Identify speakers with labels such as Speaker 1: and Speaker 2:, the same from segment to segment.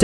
Speaker 1: จ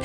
Speaker 1: แถ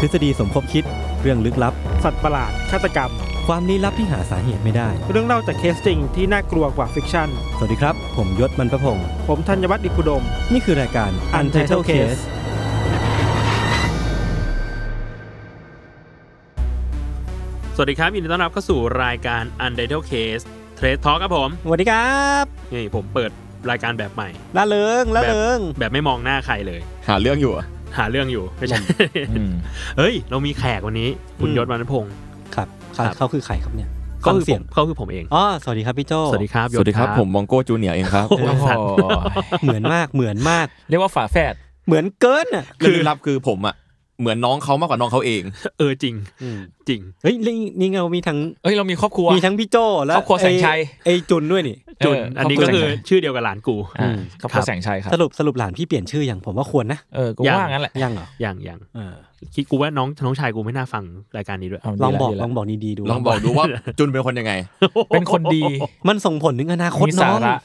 Speaker 2: ทฤษฎีสมคบคิดเรื่องลึกลับ
Speaker 3: สัตว์ประหลาด ฆาตกรรม
Speaker 2: ความลี้ลับที่หาสาเหตุไม่ได้
Speaker 3: เรื่องเล่าจากเคสจริงที่น่ากลัวกว่าฟิกชั่น
Speaker 2: สวัสดีครับ ผมยศมันประพงศ์
Speaker 3: ผมธัญวัฒน์อิพุดม
Speaker 2: นี่คือรายการ Untitled Case
Speaker 4: สวัสดีครับยินดีต้อนรับเข้าสู่รายการ Untitled Case Trade Talk ครับผม
Speaker 2: สวัสดีครับ
Speaker 4: นี่ผมเปิดรายการแบบใหม่
Speaker 2: ละเลิงละเลิง
Speaker 4: แบบไม่มองหน้าใครเลย
Speaker 5: หาเรื่องอยู่อะ
Speaker 4: หาเรื่องอยู่ไม่ใช่เฮ้ย เรามีแขกวันนี้ คุณ
Speaker 2: อืม
Speaker 4: ยศวรรณพงศ์
Speaker 2: ครับ
Speaker 4: ครับ
Speaker 2: เขาคือใครครับเนี่ย
Speaker 4: ก็คือ
Speaker 2: ฟัเสี
Speaker 4: ผ
Speaker 2: ยง
Speaker 4: มก็คือผมเอง
Speaker 2: อ๋อสวัสดีครับพี่โจ
Speaker 4: สวัสดีครับยศ
Speaker 5: สวัสดีครับ ผมมองโก้จูเนียร์เองครับ
Speaker 4: โอ้โห
Speaker 2: เหมือนมากเหมือนมาก
Speaker 6: เรียกว่าฝาแฝด
Speaker 2: เหมือนเกินอ่ะ
Speaker 5: คือลึกลับคือผมอ่ะ เหมือนน้องเขามากกว่าน้องเขาเอง
Speaker 4: เออจริงจริง
Speaker 2: เฮ้ยนี่นี่เรามีทั้ง
Speaker 6: เอ้ยเรามีครอบครัว
Speaker 2: มีทั้งพี่โจและ
Speaker 6: ครอบครัวแสงชัย
Speaker 2: ไอ้ไอ้จุนด้วยนี่
Speaker 4: จุนอันนี้ก็คือ
Speaker 6: รบรัวแสงชัย
Speaker 4: ชื่อเดียวกับหลานกู
Speaker 6: อ่า
Speaker 2: อืม
Speaker 6: ครอบครัวแสงชัยครับ
Speaker 2: สรุปสรุปหลานพี่เปลี่ยนชื่ออย่างผมว่าควรนะ
Speaker 6: เออกู
Speaker 4: ยัง
Speaker 6: ว่างั้นแหละ
Speaker 2: ยังเหรอ
Speaker 4: อย่างอย่าง
Speaker 2: เออ
Speaker 4: คิดกูว่าน้องน้องชายกูไม่น่าฟังรายการนี้ด้วย
Speaker 6: เาดี
Speaker 2: ลองบอก
Speaker 6: ดี
Speaker 2: ลองบอกดีๆดู
Speaker 5: ลองบอกดูว่าจุนเป็นคนยังไง
Speaker 6: เป็นคนดี
Speaker 2: มันส่งผลถึงอนาคต
Speaker 6: มี
Speaker 2: น้
Speaker 6: สา
Speaker 2: อง
Speaker 6: ระ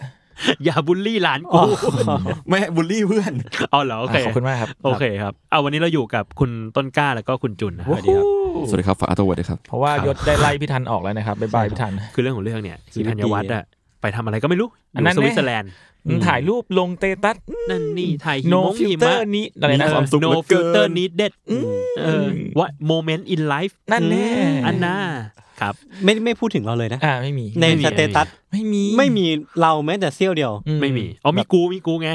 Speaker 4: อย่าบูลลี่หลาน
Speaker 2: อ๋
Speaker 4: กู
Speaker 2: อ
Speaker 5: ไม่ให้บูลลี่เพื่อน
Speaker 4: เอาเหรอโอเค
Speaker 6: อ่ะขอบคุณมากครับ
Speaker 4: โอเคครับเอาวันนี้เราอยู่กับคุณต้นกล้าแล้วก็คุณจุนนะสวัสดีครับ
Speaker 5: สวัสดีครับฝาอัตเวิร์ดครับ
Speaker 6: เพราะว่ายศได้ไล่พี่ทันออกแล้วนะครับบ๊ายบายพี่ทัน
Speaker 4: คือเรื่องของเรื่องเนี่ยคุณธัญวัฒน์อะไปทำอะไรก็ไม่รู้อ
Speaker 6: อันนั้
Speaker 4: ยู่ส
Speaker 6: นแน่
Speaker 4: วิตเซอร์แลนด์
Speaker 6: ถ่ายรูปลงเตตัส
Speaker 4: นั่นนี่ถ่ายหิ
Speaker 6: no
Speaker 4: มงหิมะ
Speaker 6: filter นี้อะไรนะ
Speaker 5: ความสุขเหลื
Speaker 4: no
Speaker 5: อเกิน
Speaker 4: filter needed เออ what moment in life
Speaker 6: นั่นแน่
Speaker 4: อันน่าครับ
Speaker 2: ไม่ไม่พูดถึงเราเลยนะ
Speaker 6: อ่าไม่มี
Speaker 2: ใน
Speaker 4: ไม่มี
Speaker 2: สเตตัส
Speaker 6: ไม่มี
Speaker 2: ไม่มีเราแม้แต่เสี้ยวเดียว
Speaker 6: อื
Speaker 4: ไม่มีอ๋อมีกูมีกูไง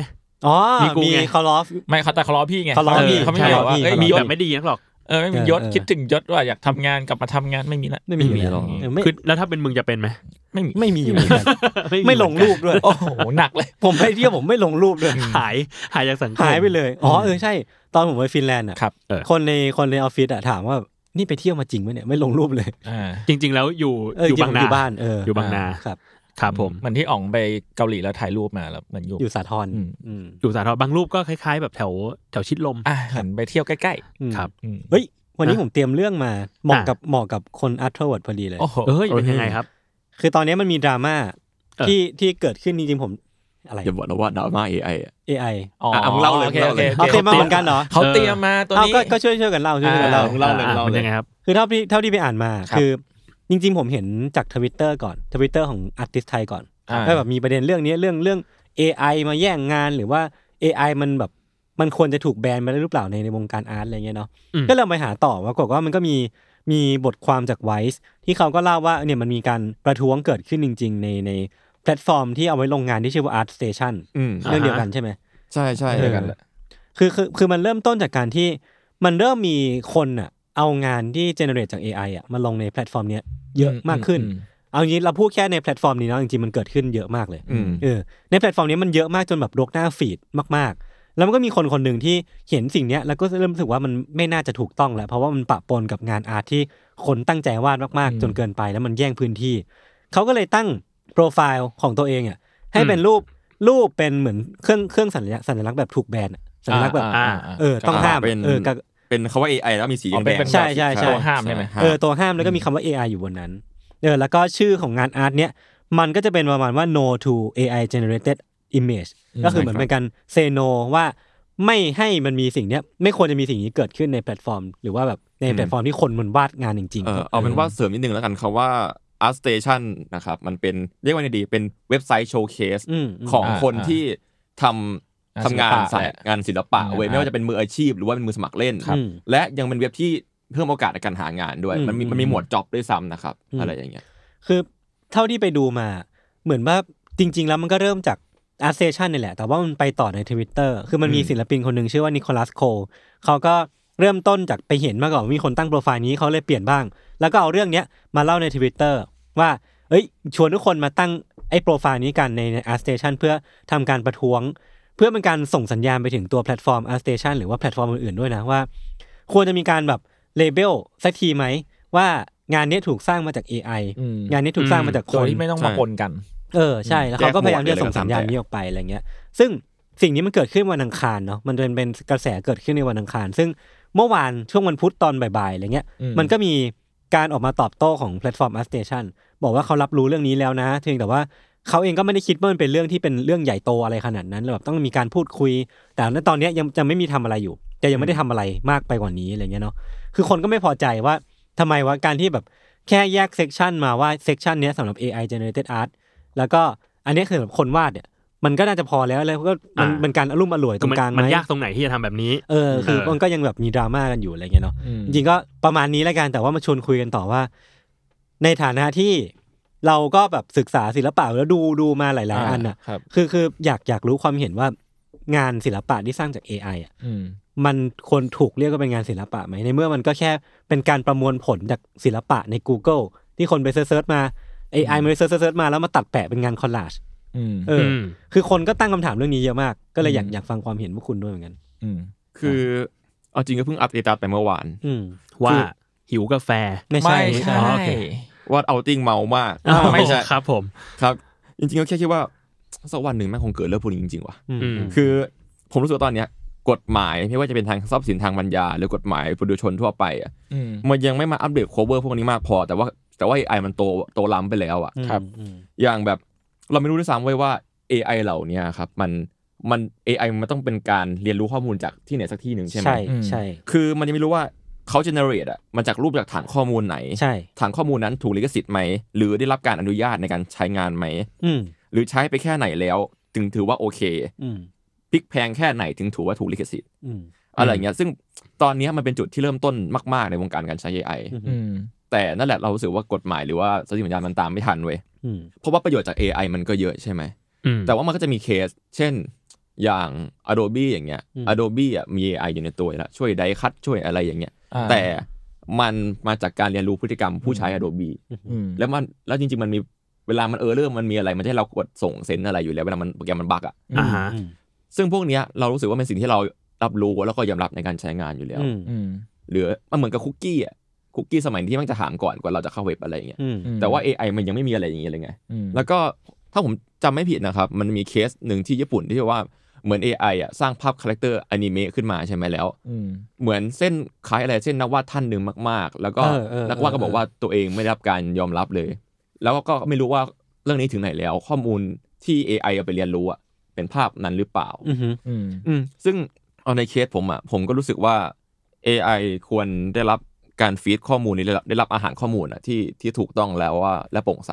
Speaker 2: อ๋อ
Speaker 4: มีกู
Speaker 2: มี
Speaker 4: ไง
Speaker 2: คาร์ลอฟ
Speaker 6: ไม่เขาแต่เขาล้อพี่ไง
Speaker 2: เขาล้อพี่
Speaker 6: เขาไม่
Speaker 2: ใช่
Speaker 6: ได้บอกว่า
Speaker 2: พี่
Speaker 6: เอ้ย
Speaker 2: เขาล้อ
Speaker 4: มี
Speaker 6: มีย
Speaker 4: แบ
Speaker 6: ศ
Speaker 4: บไม่ดีนักหรอก
Speaker 6: เออไม่มียศ
Speaker 2: เออ
Speaker 6: คิดถึงยศว่าอยากทำงานกลับมาทำงานไม่มีละ
Speaker 2: ไม่มี
Speaker 5: ไม่มี
Speaker 2: เลย
Speaker 5: หรอก
Speaker 2: เออไม่
Speaker 4: คือแล้วถ้าเป็นมึงจะเป็นไหม
Speaker 6: ไม่มี
Speaker 2: ไม่มีอยู่เหมือนกัน
Speaker 4: เหอนกัน
Speaker 2: ไม่ลงรูปด้วย
Speaker 6: โอ้โหหนักเลย
Speaker 2: ผมไปเที่ยวผมไม่ลงรูปเลย
Speaker 4: หายหายจากสังคม
Speaker 2: หายไปเลย อ๋อเออใช่ ตอนผมไปฟินแลนด์อ่ะ
Speaker 6: ครับ
Speaker 4: เออ
Speaker 2: คนในคนในออฟฟิศอ่ะถามว่านี่ไปเที่ยวมาจริงไหมเนี่ยไม่ลงรูปเลย
Speaker 6: อ่า
Speaker 4: จริง ๆ แล้วอยู่
Speaker 2: เออ
Speaker 4: อยู่
Speaker 2: จริ
Speaker 4: บาง
Speaker 2: งๆ
Speaker 4: นา
Speaker 2: อยู่บ้านเออ
Speaker 4: อ
Speaker 2: อยู่
Speaker 4: บางนา
Speaker 2: ครับ
Speaker 4: ครับผม
Speaker 6: เหมือนที่อ๋องไปเกาหลีแล้วถ่ายรูปมาแล้วเหมือนอยู่
Speaker 2: อยู่สาทร
Speaker 6: อืม
Speaker 2: อืม
Speaker 4: อยู่สาทรบางรูปก็คล้าย ๆ แบบแถวแถวชิดลม
Speaker 6: อ่ะหันไปเที่ยวใกล้
Speaker 2: อืม
Speaker 4: ครับ
Speaker 6: ๆอืม
Speaker 2: เฮ้ยวันนี้
Speaker 4: อ่ะ
Speaker 2: ผมเตรียมเรื่องมาเหมาะ
Speaker 4: อ่ะ
Speaker 2: กับเหมาะกับคนอาร์ทเวิร์ดพอดีเลย
Speaker 6: โอ้โห
Speaker 4: เอ้ยเป็นยังไงครับ
Speaker 2: คือตอนนี้มันมีดราม่า
Speaker 4: เออ
Speaker 2: ที่ที่เกิดขึ้นจริงๆผมอะไร
Speaker 5: อย่าบอกนะว่าดราม่าเอไอ
Speaker 2: AI
Speaker 6: อ๋อ
Speaker 5: อ่ะเอาเล่าเลย
Speaker 6: โอค
Speaker 5: เล่าเลย
Speaker 6: โอ
Speaker 2: เอา
Speaker 6: ค
Speaker 2: เต็มมาเหมือนกันเหรอ
Speaker 6: เขาเตรียมมาตัว
Speaker 2: เอา
Speaker 6: นี้
Speaker 2: ก็ก็ช่วยช่วยกันเล่าช่วยช่วยกัน
Speaker 6: อ่า
Speaker 2: เล่า
Speaker 5: เล่าเลย
Speaker 4: อ่ะ
Speaker 5: เล่า
Speaker 4: มัน
Speaker 5: เลย
Speaker 4: ยังไงครับ
Speaker 2: คือเท่าที่เท่าที่ไปอ่านมา
Speaker 6: ครับ
Speaker 2: คือจริง ๆ ผมเห็นจากทวิตเตอร์ก่อนทวิตเตอร์ของอาร์ติสไทยก่อน
Speaker 6: อ่า
Speaker 2: ก็แบบมีประเด็นเรื่องนี้เรื่องเรื่อง AI มาแย่งงานหรือว่า AI มันแบบมันควรจะถูกแบนไปแล้วหรือเปล่าในในวงการอาร์ตอะไรเงี้ยเนาะ
Speaker 4: อืม
Speaker 2: ก็เราไปหาต่อปรากฏว่ามันก็มีมีบทความจากไวซ์ที่เขาก็เล่าว่าเนี่ยมันมีการประท้วงเกิดขึ้นจริง ๆ ในในแพลตฟอร์มที่เอาไว้ลงงานที่ชื่อว่า Art Station
Speaker 5: อืม
Speaker 4: อ่า
Speaker 2: เรื่องเดียวกันใช่ไหม
Speaker 5: ใช่ใช่
Speaker 2: เออ
Speaker 5: เดียวกันแหละ
Speaker 2: คือคือคือมันเริ่มต้นจากการที่มันเริ่มมีคนอ่ะเอางานที่เจเนเรตจาก AI อ่ะมาลงในแพลตฟอร์มเนี้ยเยอะมากขึ้น
Speaker 6: อืม
Speaker 2: เอางี้เราพูดแค่ในแพลตฟอร์มนี้เนาะจริงๆมันเกิดขึ้นเยอะมากเลย
Speaker 5: อืม
Speaker 2: เออในแพลตฟอร์มนี้มันเยอะมากจนแบบรกหน้าฟีดมากๆ แล้วมันก็มีคนคนหนึ่งที่เห็นสิ่งเนี้ยแล้วก็เริ่มรู้สึกว่ามันไม่น่าจะถูกต้องแล้ว เพราะว่ามันปะปนกับงานอาร์ตที่คนตั้งใจวาดมาก
Speaker 6: อืม
Speaker 2: ๆ จนเกินไปแล้วมันแย่งพื้นที่ เขาก็เลยตั้งโปรไฟล์ของตัวเองอ่ะให้เป็นรูปรูปเป็นเหมือนเครื่องเครื่องสัญลักษณ์สัญลักษณ์แบบถูกแบนอะสัญลักษณ์แบบ
Speaker 6: อ่า
Speaker 2: เออต้องห้าม
Speaker 5: เป็น
Speaker 2: เออกับ
Speaker 5: เป็นคำว่า AI แล้วมีสี
Speaker 6: อ๋อ
Speaker 5: แด
Speaker 6: เป็น
Speaker 5: ง
Speaker 6: เป็น
Speaker 2: ใช่ใช่ใช่
Speaker 6: ตัวห้ามใช่ไหม
Speaker 2: เออตัวห้ามแล้วก็มีคำว่า AI อยู่บนนั้นเออแล้วก็ชื่อของงานอาร์ตเนี้ยมันก็จะเป็นประมาณว่า no to AI generated image
Speaker 6: อืม
Speaker 2: ก็คือเหมือนเป็นการ say no ว่าไม่ให้มันมีสิ่งเนี้ยไม่ควรจะมีสิ่งนี้เกิดขึ้นในแพลตฟอร์ม หรือว่าแบบในแพลตฟอร์มที่คนมันวาดงานจริง
Speaker 5: เออเอาเป็นว่าเสริมนิดนึงแล้วกันคำว่า Art Station นะครับมันเป็นเรียกว่าไงดีเป็นเว็บไซต์โชว์เคส
Speaker 2: อืมม
Speaker 5: ของ
Speaker 6: อ่า
Speaker 5: คน
Speaker 6: อ่า
Speaker 5: ที่ทำ ทำงาน
Speaker 6: ศิลปะ
Speaker 5: สาย
Speaker 6: แหละ
Speaker 5: งานศิลปะเว้ย
Speaker 6: อ่า
Speaker 5: ไม่ว่าจะเป็นมืออาชีพหรือว่าเป็นมือสมัครเล่น
Speaker 2: ครับอืม
Speaker 5: และยังเป็นเว็บที่เพิ่มโอกาสในการหางานด้วย มันมี
Speaker 2: อืม
Speaker 5: มันมีหมวดจ็อบด้วยซ้ำนะครับ
Speaker 2: อืม
Speaker 5: อะไรอย่างเงี้ย
Speaker 2: คือเท่าที่ไปดูมาเหมือนว่าจริง ๆ แล้วมันก็เริ่มจากอาร์เซชันนี่แหละ แต่ว่ามันไปต่อในทวิตเตอร์คือมันมี
Speaker 5: อืม
Speaker 2: ศิลปินคนหนึ่งชื่อว่านิโคลัสโคเขาก็เริ่มต้นจากไปเห็นมาก่อนว่ามีคนตั้งโปรไฟล์นี้เขาเลยเปลี่ยนบ้าง แล้วก็เอาเรื่องเนี้ยมาเล่าในทวิตเตอร์ว่า เอ้ย ชวนทุกคนมาตั้งไอ้โปรไฟล์นี้กันในอาร์สเตชันเพื่อทำการประท้วง เพื่อเป็นการส่งสัญญาณไปถึงตัวแพลตฟอร์มอาร์สเตชันหรือว่าแพลตฟอร์มอื่นๆด้วยนะว่า ควรจะมีการแบบเลเบลสักทีไหม ว่างานเนี้ยถูกสร้างมาจาก AI
Speaker 6: อืม
Speaker 2: งานนี้ถูกสร้างมาจากค
Speaker 6: โดย
Speaker 2: น
Speaker 6: ที่ไม่ต้อง
Speaker 5: ใช่
Speaker 6: มาปนกัน
Speaker 2: เออใช่แล้วเขาก็พยายามที่จะส่งสัญญาณนี้ออกไปอะไรเงี้ย ซึ่งสิ่งนี้มันเกิดขึ้นวันอังคารเนาะมันเป็นเป็นกระแสเกิดขึ้นในวันอังคาร ซึ่งเมื่อวานช่วงวันพุธตอนบ่ายๆอะไรเงี้ย
Speaker 6: อืม
Speaker 2: มันก็มีการออกมาตอบโต้ของแพลตฟอร์ม a r t a t i o n บอกว่าเขารับรู้เรื่องนี้แล้วนะเพียงแต่ว่าเขาเองก็ไม่ได้คิดว่ามันเป็นเรื่องที่เป็นเรื่องใหญ่โตอะไรขนาดนั้นแบบต้องมีการพูดคุย แต่ณตอนเนี้ยยังจะไม่มีทำอะไรอยู่แต่ยังไม่ได้ทำอะไรมากไปกว่านี้อะไรเงี้ยเนาะคือคนก็ไม่พอใจว่าทำไมว่าการที่แบบแค่แยกเซกชันมาว่าเซกชันเนี้ยสำหรับ AI generated art แล้วก็อันเนี้ยคือสำหรับคนวาดเนี่ยมันก็น่าจะพอแล้วเลยก็มัน
Speaker 4: อ่ามั
Speaker 2: มันการอารมณ์อร่วยต
Speaker 4: ก็
Speaker 2: รง
Speaker 4: มัน
Speaker 2: กลางไหม
Speaker 4: มันยากตรงไหนที่จะทำแบบนี้
Speaker 2: เออคือ
Speaker 4: เออ
Speaker 2: มันก็ยังแบบมีดราม่ากันอยู่อะไรเงี้ยเนาะ
Speaker 6: อืม
Speaker 2: จริงๆก็ประมาณนี้แล้วกันแต่ว่ามาชวนคุยกันต่อว่า ในฐานะที่เราก็แบบศึกษาศิลปะแล้วดูดูมาหลาย ๆ อันอ่ะ
Speaker 6: ครับ
Speaker 2: คือคืออยากอยากรู้ความเห็นว่างานศิลปะที่สร้างจาก AI อ่ะ
Speaker 6: อืม
Speaker 2: มันควรถูกเรียกว่าเป็นงานศิลปะไหมในเมื่อมันก็แค่เป็นการประมวลผลจากศิลปะใน Google ที่คนไปเซิร์ชๆมา AI มันไปเซิร์ชๆมาแล้วมาตัดแปะเป็นงานคอลลาจ
Speaker 6: อืม
Speaker 2: เอออ
Speaker 4: ม
Speaker 2: คือคนก็ตั้งคำถามเรื่องนี้เยอะมาก ก็เลยอยาก
Speaker 6: อืม
Speaker 2: อยากฟังความเห็นพวกคุณด้วยเหมือนกัน
Speaker 6: อืม
Speaker 5: คือเอาจริงก็เพิ่งอัปเดตตาไปเมื่อวาน
Speaker 2: อืม
Speaker 4: ว่าหิวกาแฟ
Speaker 2: ไม่ใช่ไม่ใช่
Speaker 4: อ๋อโอเค
Speaker 5: ว่าเอาติ้งเมามาก
Speaker 6: อ้าวไม่ใช่
Speaker 4: ครับผม
Speaker 5: ครับ จริงๆก็แค่คิดว่าสักวันหนึ่งแม่งคงเกิดเรื่องพวกนี้จริงๆว่ะ
Speaker 2: อืม
Speaker 4: อืม
Speaker 5: คือผมรู้สึกว่าตอนเนี้ยกฎหมายไม่ว่าจะเป็นทางทรัพย์สินทางปัญญา หรือกฎหมายประชาชนทั่วไปอะ
Speaker 6: อืม
Speaker 5: มันยังไม่มาอัปเดต cover พวกนี้มากพอ แต่ว่าแต่ว่า AI มันโตโตล้ำไปแล้วอะ
Speaker 2: อืม
Speaker 6: ครับ
Speaker 2: อืม
Speaker 5: อย่างแบบเราไม่รู้ด้วยซ้ำไว้ยว่า AI เหล่าเนี้ยครับมันมัน AI มันต้องเป็นการเรียนรู้ข้อมูลจากที่ไหนสักที่หนึ่งใช่ไหม
Speaker 2: ใช่
Speaker 6: อืม
Speaker 2: ใช่
Speaker 5: คือมันยังไม่รู้ว่าเขา generate อะมาจากรูปจากฐานข้อมูลไหน
Speaker 2: ใช่
Speaker 5: ฐานข้อมูลนั้นถูกลิขสิทธิ์ไหม หรือได้รับการอนุญาตในการใช้งานไหม
Speaker 2: อืม
Speaker 5: หรือใช้ไปแค่ไหนแล้ว ถึงถือว่าโอเค
Speaker 2: อืม
Speaker 5: พลิกแพงแค่ไหนถึงถือว่าถูกลิขสิทธิ์
Speaker 2: อืม
Speaker 5: อะไรอย่างเงี้ยซึ่งตอนเนี้ยมันเป็นจุดที่เริ่มต้นมาก ๆ ในวงการการใช้ AI
Speaker 6: อืม
Speaker 5: แต่นั่นแหละเรารู้สึกว่ากฎหมายหรือว่าสติปัญญามันตามไม่ทันเว้ย
Speaker 2: อืม
Speaker 5: เพราะว่าประโยชน์จาก AI มันก็เยอะใช่ไหม
Speaker 4: อืม
Speaker 5: แต่ว่ามันก็จะมีเคส เช่นอย่าง Adobe อย่างเงี้ย Adobe อ่ะมี AI อยู่ในตัวอยู่แล้วช่วยไดคัดช่วยอะไรอย่างเงี้ย
Speaker 6: อ่า
Speaker 5: แต่มันมาจากการเรียนรู้พฤติกรรมผู้ใช้ Adobe
Speaker 6: อืม
Speaker 5: แล้วมันแล้วจริง ๆ มันมีเวลามันเออเรื่องมันมีอะไรมันจะให้เรากดส่งเซ็นอะไรอยู่แล้วเวลามันโปรแกรมมันบั๊กอ่ะ
Speaker 4: อ่าฮะ
Speaker 2: อืม
Speaker 5: ซึ่งพวกเนี้ยเรารู้สึกว่าเป็นสิ่งที่เรารับรู้แล้วก็ยอมรับในการใช้งานอยู่แล้ว
Speaker 2: อืม
Speaker 6: อืม
Speaker 5: หรือมันเหมือนกับคุกกี้อ่ะคุกกี้สมัยที่มันจะถามก่อนกว่าเราจะเข้าเว็บอะไรอย่างเงี้ย
Speaker 2: อืม
Speaker 6: อืม
Speaker 5: แต่ว่า AI มันยังไม่มีอะไรอย่างเงี้ยเลยไง
Speaker 6: อืม
Speaker 5: แล้วก็ถ้าผมจำไม่ผิดนะครับ มันมีเคสหนึ่งที่ญี่ปุ่นที่ว่าเหมือน AI อ่ะสร้างภาพคาแรคเตอร์อนิเมะขึ้นมาใช่ไหมแล้ว
Speaker 6: อืม
Speaker 5: เหมือนเส้นคล้ายอะไรเส้นนักวาดท่านหนึ่งมาก ๆ แล้วก็
Speaker 6: เออเออ
Speaker 5: นักวาดก็
Speaker 6: เออ
Speaker 5: บอกว่าตัวเองไม่ได้รับการยอมรับเลย แล้วก็ไม่รู้ว่าเรื่องนี้ถึงไหนแล้ว ข้อมูลที่ AI เอาไปเรียนรู้อ่ะเป็นภาพนั้นหรือเปล่า
Speaker 2: อืม
Speaker 6: อืม
Speaker 5: อืมซึ่งเอาในเคสผมอ่ะผมก็รู้สึกว่า AI ควรได้รับการฟีดข้อมูลนี้ได้รับได้รับอาหารข้อมูลอ่ะที่ที่ถูกต้องแล้วว่าและโปร่งใส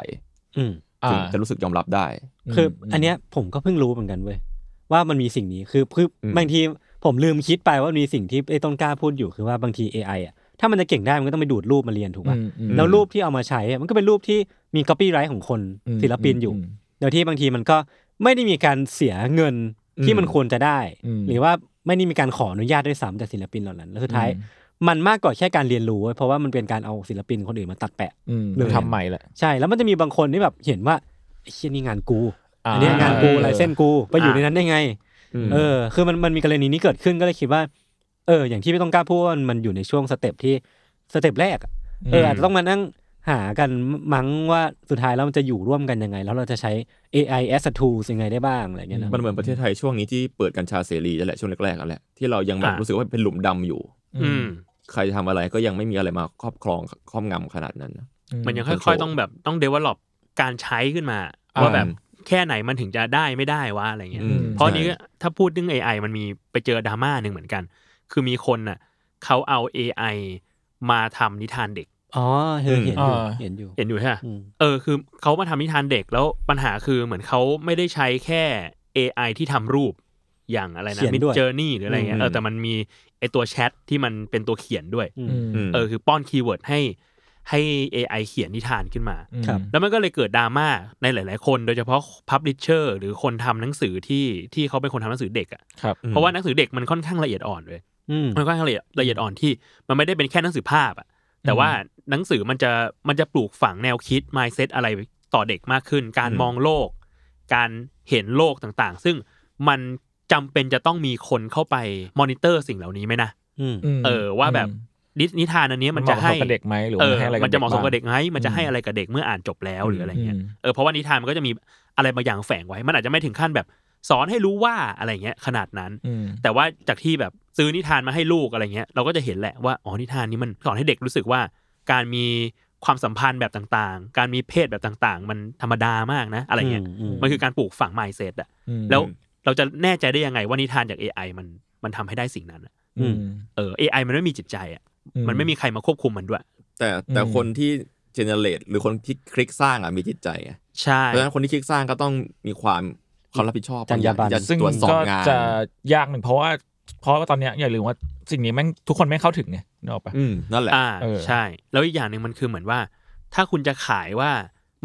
Speaker 2: อืม
Speaker 5: ถึงจะรู้สึกยอมรับได้
Speaker 2: คืออันเนี้ยผมก็เพิ่งรู้เหมือนกันเว้ยว่ามันมีสิ่งนี้คือคืออ
Speaker 5: ม
Speaker 2: บางทีผมลืมคิดไปว่ามีสิ่งที่ไอ้ต้นกล้าพูดอยู่คือว่าบางที AI อ่ะถ้ามันจะเก่งได้มันก็ต้องไปดูดรูปมาเรียนถูกป่ะ
Speaker 6: อืมอืม
Speaker 2: แล้วรูปที่เอามาใช้อะมันก็เป็นรูปที่มี copyright ของคน
Speaker 6: ม
Speaker 2: ศิลปินอยู่
Speaker 6: ม
Speaker 2: โดยที่บางทีมันก็ไม่ได้มีการเสียเงินที่
Speaker 5: อืม
Speaker 2: มันควรจะได้
Speaker 6: อืม
Speaker 2: หรือว่าไม่ได้มีการขออนุญาตด้วยซ้ำจากศิลปินเหล่านั้นแล้วสุดท้าย
Speaker 6: อืม
Speaker 2: มันมากกว่าแค่การเรียนรู้เว้ยเพราะว่ามันเป็นการเอาศิลปินคนอื่นมาตัดแปะ
Speaker 6: อืม
Speaker 2: เลย
Speaker 6: ทำใหม่แหละ
Speaker 2: ใช่แล้วมันจะมีบางคนที่แบบเห็นว่าไอ้เชี่ยนี่งานกู
Speaker 6: อ่า
Speaker 2: อันเนี้ยงานกูลายเส้นกูไปอยู่
Speaker 4: อ่า
Speaker 2: ในนั้นได้ไง เออ คือมันมันมีกรณีนี้เกิดขึ้นก็เลยคิดว่า เออ อย่างที่พี่ต้องกล้าพูดว่ามันมันอยู่ในช่วงสเต็ปที่สเต็ปแรกอะเอออาจจะต้องมานั่งหากันมั้งว่าสุดท้ายแล้วมันจะอยู่ร่วมกันยังไง แล้วเราจะใช้ AI as a tool ยังไงได้บ้างอะไรเงี้ยนะ
Speaker 5: มันเหมือนประเทศไทยช่วงนี้ที่เปิดกัญชาเสรีนั่นแหละช่วงแรกๆนั่นแหละที่เรายังแบบ
Speaker 4: อ่ะ
Speaker 5: รู้สึกว่าเป็นหลุมดำอยู่
Speaker 4: อืม
Speaker 5: ใครจะทำอะไรก็ยังไม่มีอะไรมาครอบครองครอบงำขนาดนั้นนะ
Speaker 4: มันยัง
Speaker 5: ค
Speaker 4: ค่
Speaker 5: อนโทรล
Speaker 4: อยๆ ต้องแบบต้องเดเวล็อปการใช้ขึ้นมา
Speaker 6: อ่า
Speaker 4: ว่าแบบแค่ไหนมันถึงจะได้ไม่ได้วะอะไรเงี้ย
Speaker 5: อืม
Speaker 4: เพราะ
Speaker 5: ใช่
Speaker 4: อันนี้ก็ถ้าพูดเรื่อง AI มันมีไปเจอดราม่าหนึ่งเหมือนกัน คือมีคนน่ะเขาเอา AI มาทำนิทานเด็ก
Speaker 2: อ๋อเออเห็นอยู่
Speaker 6: อ่า
Speaker 2: เห็นอยู่
Speaker 4: เห็นอยู่ใช่ปะ
Speaker 2: อืม
Speaker 4: เออคือเขามาทำนิทานเด็กแล้วปัญหาคือเหมือนเขาไม่ได้ใช้แค่ AI ที่ทำรูป อย่างอะไรนะ
Speaker 2: เขียน
Speaker 4: มิด
Speaker 2: ด้วย
Speaker 4: เจอร์นี่หรืออะไรเงี้ย
Speaker 5: อืม
Speaker 4: เออแต่มันมีไอตัวแชทที่มันเป็นตัวเขียนด้วย
Speaker 2: อืม
Speaker 6: อืม
Speaker 4: เออคือป้อนคีย์เวิร์ดให้ให้ AI เขียนนิทานขึ้นมา
Speaker 6: อืม
Speaker 2: ครับ
Speaker 4: แล้วมันก็เลยเกิดดราม่าในหลาย ๆ คน โดยเฉพาะพับลิเชอร์หรือคนทำหนังสือที่ที่เขาเป็นคนทำหนังสือเด็กอะ
Speaker 6: ครับ
Speaker 4: เพราะว่าหนังสือเด็กมันค่อนข้างละเอียดอ่อนเลย
Speaker 2: อืม
Speaker 4: มันค่อนข้างละเอียดละเอียดอ่อนที่มันไม่ได้เป็นแค่หนังสือภาพอะแต่ว่าหนังสือมันจะมันจะปลูกฝังแนวคิด mindset อะไรต่อเด็กมากขึ้น การ
Speaker 5: อืม
Speaker 4: มองโลก การเห็นโลกต่าง ๆ ซึ่งมันจำเป็นจะต้องมีคนเข้าไปมอนิเตอร์สิ่งเหล่านี้ไหมนะ
Speaker 2: อืม
Speaker 6: ม
Speaker 4: เออว่าแบบ นินิทานอันเนี้ยมันจะให้
Speaker 6: เหมาะกับเด็กไหมหรือ
Speaker 4: เอ
Speaker 6: ว่า
Speaker 4: อ
Speaker 6: ให้อะไร
Speaker 4: มันจะเหมาะสมกับเด็ก
Speaker 6: บ้
Speaker 4: ไหมมันจะ
Speaker 6: อืม
Speaker 4: ให้อะไรกับเด็กเมื่ออ่านจบแล้วหรืออะไรเงี้ย
Speaker 6: อืม
Speaker 4: เออเพราะว่านิทานมันก็จะมีอะไรบางอย่างแฝงไว้ มันอาจจะไม่ถึงขั้นแบบสอนให้รู้ว่าอะไรเงี้ยขนาดนั้น
Speaker 6: งอืม
Speaker 4: แต่ว่าจากที่แบบซื้อนิทานมาให้ลูกอะไรเงี้ยเราก็จะเห็นแหละว่าอ๋อนิทานนี้มันสอนให้เด็กรู้สึกว่า การมีความสัมพันธ์แบบต่างๆ การมีเพศแบบต่างๆ มันธรรมดามากนะ อะไรเงี้ย
Speaker 2: อืมอืม
Speaker 4: มันคือการปลูกฝัง mindset อะ
Speaker 6: อืม
Speaker 4: แล้วเราจะแน่ใจได้ยังไงว่านิทานจาก AI มันมันทำให้ได้สิ่งนั้นอะ
Speaker 6: อืม
Speaker 4: เออ AI มันไม่มีจิตใจอะ
Speaker 6: อื
Speaker 4: มันไม่มีใครมาควบคุมมันด้วย
Speaker 5: แต่แต่
Speaker 6: อืม
Speaker 5: คนที่เจเนเรตหรือคนที่คลิกสร้างอ่ะมีจิตใจไง
Speaker 4: ใช่
Speaker 5: เพราะฉะนั้นคนที่คลิกสร้างก็ต้องมีความความรับผิดชอบ
Speaker 2: จรรยาบรรณ
Speaker 5: ที่จะ
Speaker 6: ซึ่ง
Speaker 5: ตรวจสอบ
Speaker 6: ก็
Speaker 5: งาน
Speaker 6: จะยากหนึ่งเพราะว่าเพราะว่าตอนเนี้ยอย่าลืมว่าสิ่งนี้แม่งทุกคนไม่งเข้าถึงไงนึกออกปะ
Speaker 5: อืมนั่นแหละ
Speaker 4: อ่า
Speaker 6: เออ
Speaker 4: ใช่ แล้วอีกอย่างหนึ่งมันคือเหมือนว่า ถ้าคุณจะขายว่า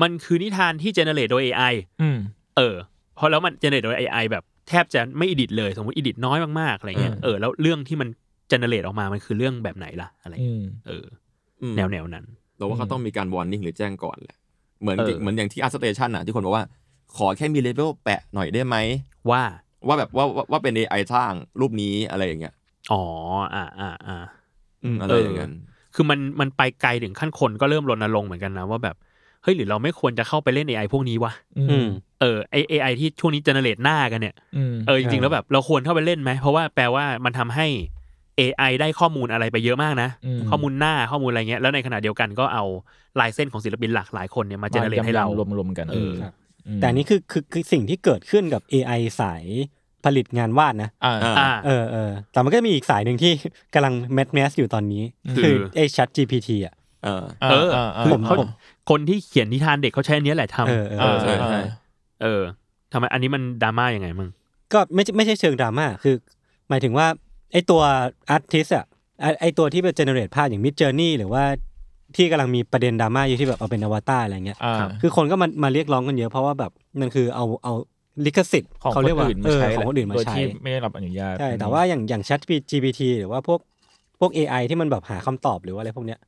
Speaker 4: มันคือนิทานที่เจเนเรตโดย AI
Speaker 6: อืม
Speaker 4: เออเพราะแล้วมันเจเนเรตโดย AI แบบแทบจะไม่อิดิทเลย สมมติอิดิทน้อยมากๆอะไรเงี้ย
Speaker 6: อืม
Speaker 4: เออแล้วเรื่องที่มันเจเนเรตออกมามันคือเรื่องแบบไหนล่ะอะไร
Speaker 6: อื
Speaker 4: เงี้ย
Speaker 6: ม
Speaker 4: เออ
Speaker 5: อืม
Speaker 4: แนวแนวๆนั้น
Speaker 5: เราว่าเขาต้องมีการวอร์นิ่งหรือแจ้งก่อนแหละ เหมือน
Speaker 4: เออ
Speaker 5: เหมือนอย่างที่อาร์สเตชันน่ะที่คนบอกว่า ขอแค่มีเลเวลแปะหน่อยได้ไหม
Speaker 4: ว่า
Speaker 5: ว่าแบบว่าว่าว่าเป็น AI สร้างรูปนี้อะไรอย่างเงี้ย
Speaker 4: อ๋ออ่าอ่าอ่า
Speaker 5: อืมอะไรอย่างเงี้ย
Speaker 4: คือมันมันไปไกลถึงขั้นคนก็เริ่มรณรงค์เหมือนกันนะว่าแบบเฮ้ยหรือเราไม่ควรจะเข้าไปเล่น AI พวกนี้วะ
Speaker 2: อืม
Speaker 4: เออไอ AI ที่ช่วงนี้เจเนเรตหน้ากันเนี่ย
Speaker 6: อืม
Speaker 4: เออจริงๆ แล้วแบบเราควรเข้าไปเล่นไหม เพราะว่าแปลว่ามันทำให้ AI ได้ข้อมูลอะไรไปเยอะมากนะ
Speaker 6: อืม
Speaker 4: ข้อมูลหน้าข้อมูลอะไรเงี้ยแล้วในขณะเดียวกันก็เอาลายเส้นของศิลปินหลากหลายคนเนี่ยมาเจเนเรตให้เรา
Speaker 6: มๆรวมๆกัน
Speaker 4: เออ
Speaker 2: ครับ แต่อันนี้คือคือคือสิ่งที่เกิดขึ้นกับ AI สายผลิตงานวาดนะ
Speaker 6: อ่า
Speaker 4: อ่า
Speaker 2: เออเออแต่มันก็มีอีกสายหนึ่งที่ กำลังแมสแมสอยู่ตอนนี้
Speaker 4: คือ
Speaker 2: คือไอ้ Chat GPT อ่ะ
Speaker 5: เออ
Speaker 4: เออคือ
Speaker 2: ผม
Speaker 4: เขา
Speaker 2: ผม
Speaker 4: คนที่เขียนนิทานเด็กเขาใช้อันเนี้ยแหละทำ
Speaker 2: เออเออ
Speaker 4: เออ
Speaker 5: ใช่ใช่
Speaker 4: เออทำไมอันนี้มันดราม่ายังไงมึง
Speaker 2: ก็ไม่ใช่ไม่ใช่เชิงดราม่าคือ หมายถึงว่า ไอ้ตัวอาร์ติสอ่ะไอ้ไอ้ตัวที่เป็นเจเนเรตภาพอย่างมิดเจอร์นี่หรือว่าที่กำลังมีประเด็นดราม่าอยู่ที่แบบเอาเป็นอวตารอะไรเงี้ย
Speaker 6: อ่า
Speaker 2: คือคนก็มามาเรียกร้องกันเยอะเพราะว่าแบบมันคือเอาเอาลิขสิทธิ์
Speaker 6: ของ
Speaker 2: เขา
Speaker 6: คน
Speaker 2: เรียกว่า
Speaker 6: อื่นมา
Speaker 2: เออ
Speaker 6: ใช้
Speaker 2: ของคนอื่นมา
Speaker 6: โดย
Speaker 2: ใช้
Speaker 6: ที่ไม่ได้รับอนุญาต
Speaker 2: ใช่ แต่ว่าอย่างอย่าง Chat GPT หรือว่าพวกพวก AI ที่มันแบบหาคำตอบหรือว่าอะไรพวกเนี้ย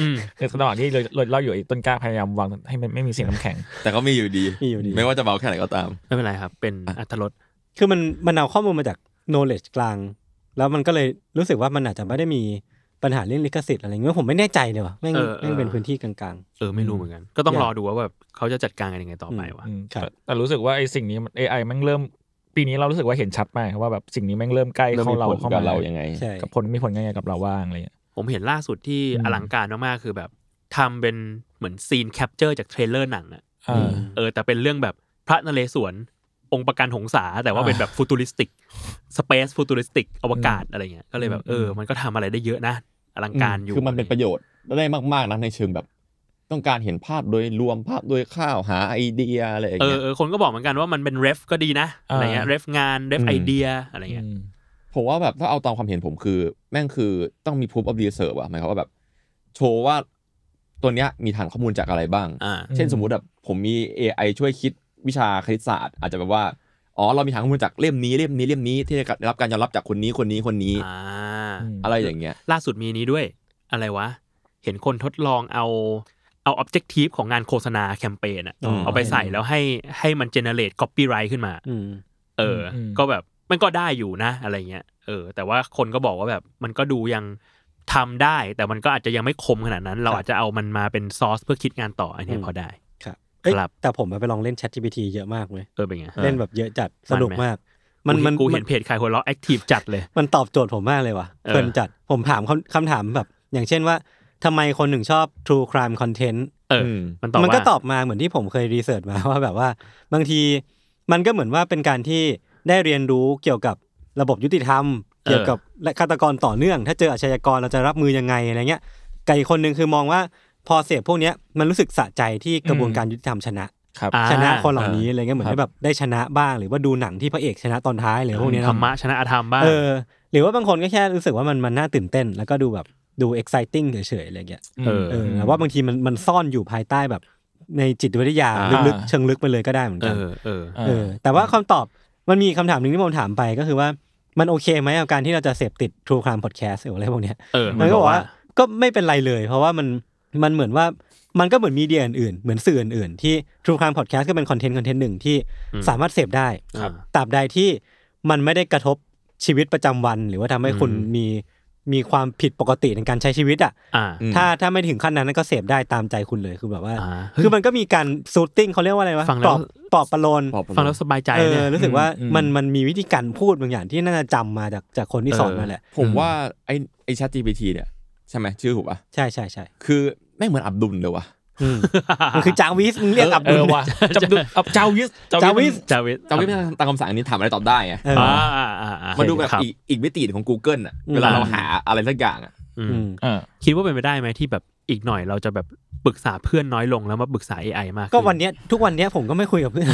Speaker 4: อืม
Speaker 6: ในระหว่างที่เราเราอยู่ไอ้ต้นกล้าพยายามวางให้มันไม่มีเสียงน้ำแข็ง
Speaker 5: แต่ก็มีอยู่ดี
Speaker 2: มีอยู่ดี
Speaker 5: ไม่ว่าจะเบาแค่ไหนก็ตาม
Speaker 4: ไม่เป็นไรครับ เป็นอัตลด
Speaker 2: คือมันมันเอาข้อมูลมาจาก knowledge กลาง แล้วมันก็เลยรู้สึกว่ามันอาจจะไม่ได้มีปัญหาเรื่องลิขสิทธิ์อะไรเงี้ยผมไม่แน่ใจเลยว่ะแม่งแม่งเป็นพื้นที่กลาง
Speaker 4: เออไม่รู้เหมือนกัน ก็ต้อง
Speaker 2: อยาก
Speaker 4: รอดูว่าแบบเขาจะจัดการกันยังไงต่อไปวะ
Speaker 6: อืม
Speaker 2: ครับ
Speaker 6: แต่แต่รู้สึกว่าไอ้สิ่งนี้มัน AI แมันเริ่มปีนี้เรารู้สึกว่าเห็นชัดมากว่าแบบสิ่งนี้แม่งเริ่มใกล้
Speaker 5: เริ่ม
Speaker 6: เข้า
Speaker 5: มี
Speaker 6: เรา
Speaker 5: ผล
Speaker 6: เข้า
Speaker 5: กั
Speaker 6: มา
Speaker 5: บเรายังไง
Speaker 2: ๆ ใช่
Speaker 6: กับผลมีผลยังไงกับเราบ้างอะไรอย่างเงี้ย
Speaker 4: ผมเห็นล่าสุดที่
Speaker 6: อืม
Speaker 4: อลังการมากๆคือแบบทำเป็นเหมือนซีนแคปเจอร์จากเทรลเลอร์หนังอะ
Speaker 6: อ่า
Speaker 4: เออแต่เป็นเรื่องแบบพระนเรศวรองค์ประกันหงสา แต่ว่า
Speaker 6: อ่า
Speaker 4: เป็นแบบฟูตูริสติกสเปซฟูตูริสติกอวกาศอะไรเงี้ยก็เลยแบบ
Speaker 6: อืม
Speaker 4: เออมันก็ทำอะไรได้เยอะนะ อลังการอยู่
Speaker 5: คือมันเป็นประโยชน์ได้มากๆนะในเชิงแบบ ต้องการเห็นภาพโดยรวมภาพโดยข้าวหาไอเดียอะไรอย่าง
Speaker 4: เออ
Speaker 5: เงี้ย
Speaker 4: เออคนก็บอกเหมือนกันว่ามันเป็นเรฟก็ดีนะ
Speaker 6: อ่า
Speaker 4: อะไรเงี้ยเรฟงานเรฟ
Speaker 5: อืม
Speaker 4: ไอเดียอะไรเงี้ย
Speaker 6: อืม
Speaker 5: ผมว่าแบบถ้าเอาตามความเห็นผมคือ แม่งคือต้องมี proof of reserve อะหมายความว่าแบบ โชว์ว่าตัวเนี้ยมีฐานข้อมูลจากอะไรบ้าง
Speaker 4: อ่า
Speaker 6: อืม
Speaker 5: เช่นสมมุติแบบผมมี AI ช่วยคิดวิชาคณิตศาสตร์ อาจจะแบบว่า อ๋อ เรามีฐานข้อมูลจากเล่มนี้เล่มนี้เล่มนี้ที่ได้รับการยอมรับจากคนนี้คนนี้คนนี้
Speaker 4: อ่า
Speaker 5: อะไรอย่างเงี้ย
Speaker 4: ล่าสุดมีนี้ด้วย อะไรวะ เห็นคนทดลองเอาเอา objective ของงานโฆษณาแคมเปญอะ
Speaker 5: อืม
Speaker 4: เอาไปใส่แล้วให้ให้มัน generate copyright ขึ้นมา
Speaker 2: อืม
Speaker 4: เอออ
Speaker 6: ม
Speaker 4: ก็แบบมันก็ได้อยู่นะอะไรเงี้ย เออ แต่ว่าคนก็บอกว่าแบบมันก็ดูยังทำได้ แต่มันก็อาจจะยังไม่คมขนาดนั้น เราอาจจะเอามันมาเป็นซอสเพื่อคิดงานต่ออันเนี้ย
Speaker 2: อืม
Speaker 4: พอได้
Speaker 2: ครับเอ้ย
Speaker 4: ครับ
Speaker 2: แต่ผมไปลองเล่น Chat GPT เยอะมากเว้ย
Speaker 4: เออเป็นไง
Speaker 2: เล่นแบบเยอะจัดสนุก
Speaker 4: มันไหม
Speaker 2: มาก มันมัน
Speaker 4: กูเห็น
Speaker 2: มั
Speaker 4: เพจขายหัวเราะแอคทีฟจัดเลย
Speaker 2: มันตอบโจทย์ผมมากเลยว่ะ
Speaker 4: เออ
Speaker 2: เพลินจัดผมถามคำคำถามแบบ อย่างเช่นว่าทำไมคนหนึ่งชอบ True Crime Content
Speaker 4: เอออ
Speaker 5: ม
Speaker 4: มันตอบ
Speaker 2: มันก็
Speaker 4: ว่า
Speaker 2: ตอบมาเหมือนที่ผมเคยรีเสิร์ชมา ว่าแบบว่า บางทีมันก็เหมือนว่าเป็นการที่ได้เรียนรู้เกี่ยวกับระบบยุติธรรม เกี่ยวกับและฆาตกรต่อเนื่อง ถ้าเจออาชญากรเราจะรับมือยังไงอะไรเงี้ยไก่คนหนึ่งคือมองว่าพอเสพพวกเนี้ยมันรู้สึกสะใจที่กระบวนการยุติธรรมชนะ
Speaker 6: ครับ
Speaker 4: อ่า
Speaker 2: ชนะคนเหล่านี้
Speaker 5: อ่า
Speaker 2: อะไรเงี้ยเหมือน
Speaker 5: ครับ
Speaker 2: ได้แบบได้ชนะบ้าง หรือว่าดูหนังที่พระเอกชนะตอนท้ายหรือพวกเนี้ย
Speaker 4: ธรร
Speaker 2: เนาะ
Speaker 4: มะชนะอธรรมบ้าง
Speaker 2: เออหรือว่าบางคนก็แค่รู้สึกว่ามันมันน่าตื่นเต้น แล้วก็ดูแบบดู exciting เฉยๆอะไรเงี้ย
Speaker 4: เออ
Speaker 2: เออแต่ว่าบางทีมันมันซ่อนอยู่ภายใต้แบบในจิตวิทยา
Speaker 4: อ่า
Speaker 2: ลึกๆเชิงลึกไปเลยก็ได้เหมือน
Speaker 4: เอ
Speaker 2: กัน
Speaker 4: อเออ
Speaker 6: เอ
Speaker 2: เอ
Speaker 6: อ
Speaker 2: อแต่ว่าคำตอบมันมีคำถามหนึ่งที่ผมถามไปก็คือว่ามันโอเคไหมกับการที่เราจะเสพติด True Crime Podcast หรืออะไรพวกเนี้ย
Speaker 4: เออ
Speaker 2: มันก็บอกว่าก็ไม่เป็นไรเลย เพราะว่ามันมันเหมือนว่ามันก็เหมือนมีเดียอื่นๆ เหมือนสื่ออื่นๆ ที่ True Crime Podcast ก็เป็นคอนเทนต์คอนเทนต์หนึ่งที่
Speaker 4: อืม
Speaker 2: สามารถเสพได้
Speaker 4: ครับ
Speaker 2: ตราบใดที่มันไม่ได้กระทบชีวิตประจำวัน หรือว่าทำให้คุณมีมีความผิดปกติในการใช้ชีวิตอ่ะ
Speaker 4: อ่า
Speaker 5: อืม
Speaker 2: ถ้าถ้าไม่ถึงขั้นนั้นก็เสพได้ตามใจคุณเลยคือแบบว่า
Speaker 4: อ่า
Speaker 2: คือมันก็มีการซูตติ้งเขาเรียกว่าอะไรวะ
Speaker 4: ฟังแล้
Speaker 2: ปล
Speaker 4: ว
Speaker 2: อบปลอบประโลน
Speaker 4: ฟังแล้วสบายใจ
Speaker 2: เอ
Speaker 4: เนี่ย
Speaker 2: อรู้สึกว่า
Speaker 6: อืม
Speaker 2: มันมันมีวิธีการพูดบางอย่างที่น่าจะจำมาจากจากคนที่สอน
Speaker 4: เออ
Speaker 2: นั่นแหละ
Speaker 5: ผมว่าไอไอ ChatGPT เนี่ยใช่ไหมชื่อถูกปะ
Speaker 2: ใช่ใช่ใช่
Speaker 5: คือไม่งเหมือนอับดุลเลยว่ะ
Speaker 2: อืมมันคือจางวิสมึงเรียกอับ
Speaker 6: เอ
Speaker 2: ดุล
Speaker 6: อว่ะจับดุเอาเจ้าวิส
Speaker 2: จางวิส
Speaker 4: จาวิส
Speaker 5: จำไม่ได้ตามคำสั่งอันนี้ถามอะไรตอบได้ไง
Speaker 2: เอออ
Speaker 4: อ่าอ่าอ่าอ่า
Speaker 5: มันดูแบบ
Speaker 4: ครั
Speaker 5: อีกอีกมิติของ Google อ่ะ
Speaker 2: อืม
Speaker 5: เวลาเราหาอะไรสักอย่างอ่ะ
Speaker 4: อืม
Speaker 2: อืม
Speaker 6: เออ
Speaker 4: คิดว่าเป็นไปได้ไหมที่แบบอีกหน่อยเราจะแบบปรึกษาเพื่อนน้อยลงแล้วมาปรึกษา AI มากขึ้
Speaker 2: ก็วันเนี้ยทุกวันเนี้ยผมก็ไม่คุยกับเพื่อน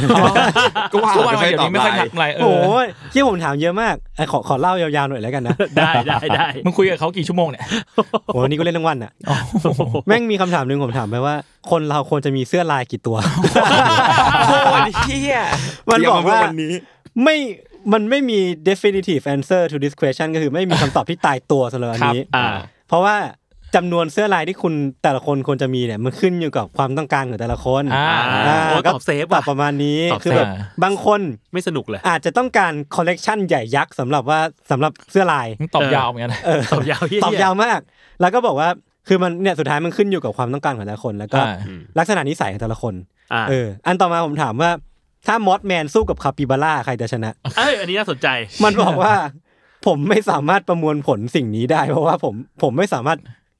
Speaker 5: ก็ว่า
Speaker 6: ทุกวันเดี๋ยวนี้ไม่ค่อย
Speaker 5: ด้
Speaker 6: ทักไลน์เอ
Speaker 2: โอ้
Speaker 6: อย
Speaker 2: ที่ผมถามเยอะมากเอ้ยขอขอเล่ายาวๆหน่อยแล้วกันนะ
Speaker 4: ได้ได้ได้
Speaker 6: มึงคุยกับเขากี่ชั่วโมงเนี่ย
Speaker 2: โอ้วันนี้ก็เล่นทั้งวันอ่ะ
Speaker 6: อ๋อ
Speaker 2: แม่งมีคำถามหนึ่งผมถามไปว่า คนเราควรจะมีเสื้อลายกี่ตัว
Speaker 6: โอ้ยเฮีย
Speaker 2: มันบอกว่า
Speaker 5: นนี้
Speaker 2: ไม่มันไม่มี definitive answer to this question ก็คือไม่มีคำตอบที่ตายตัวสำหรับอันนี้
Speaker 4: อ่า
Speaker 2: เพราะว่าจำนวนเสื้อลายที่คุณแต่ละคนควรจะมีเนี่ยมันขึ้นอยู่กับความต้องการของแต่ละคน
Speaker 6: อ่า
Speaker 2: อ่า
Speaker 4: โอ้
Speaker 2: ก็
Speaker 4: ตอบเซฟ
Speaker 2: ต
Speaker 4: ว่ะ
Speaker 2: อบประมาณนี้
Speaker 4: ตอบเซฟ
Speaker 2: คือแบบบางคน
Speaker 4: ไม่สนุกเลย
Speaker 2: อาจจะต้องการคอลเลกชันใหญ่ยักษ์สำหรับว่าสำหรับเสื้อลาย
Speaker 6: มึงตอบยาวเหมือนกันนะ
Speaker 2: เออ
Speaker 4: ตอบยาวเหี้
Speaker 2: ตอบยาวมาก แล้วก็บอกว่าคือมันเนี่ยสุดท้ายมันขึ้นอยู่กับความต้องการของแต่ละคน แล้วก็
Speaker 6: อ่า
Speaker 4: อืม
Speaker 2: ลักษณะนิสัยของแต่ละคน
Speaker 4: อ่า
Speaker 2: เอออันต่อมาผมถามว่าถ้ามอสแมนสู้กับคาปิบาร่าใครจะชนะ
Speaker 4: เอ้ยอันนี้น่าสนใจ
Speaker 2: มันบอกว่า ผมไม่สามารถประมวลผลสิ่งนี้ได้ เพราะว่าผมผมไม่สามารถ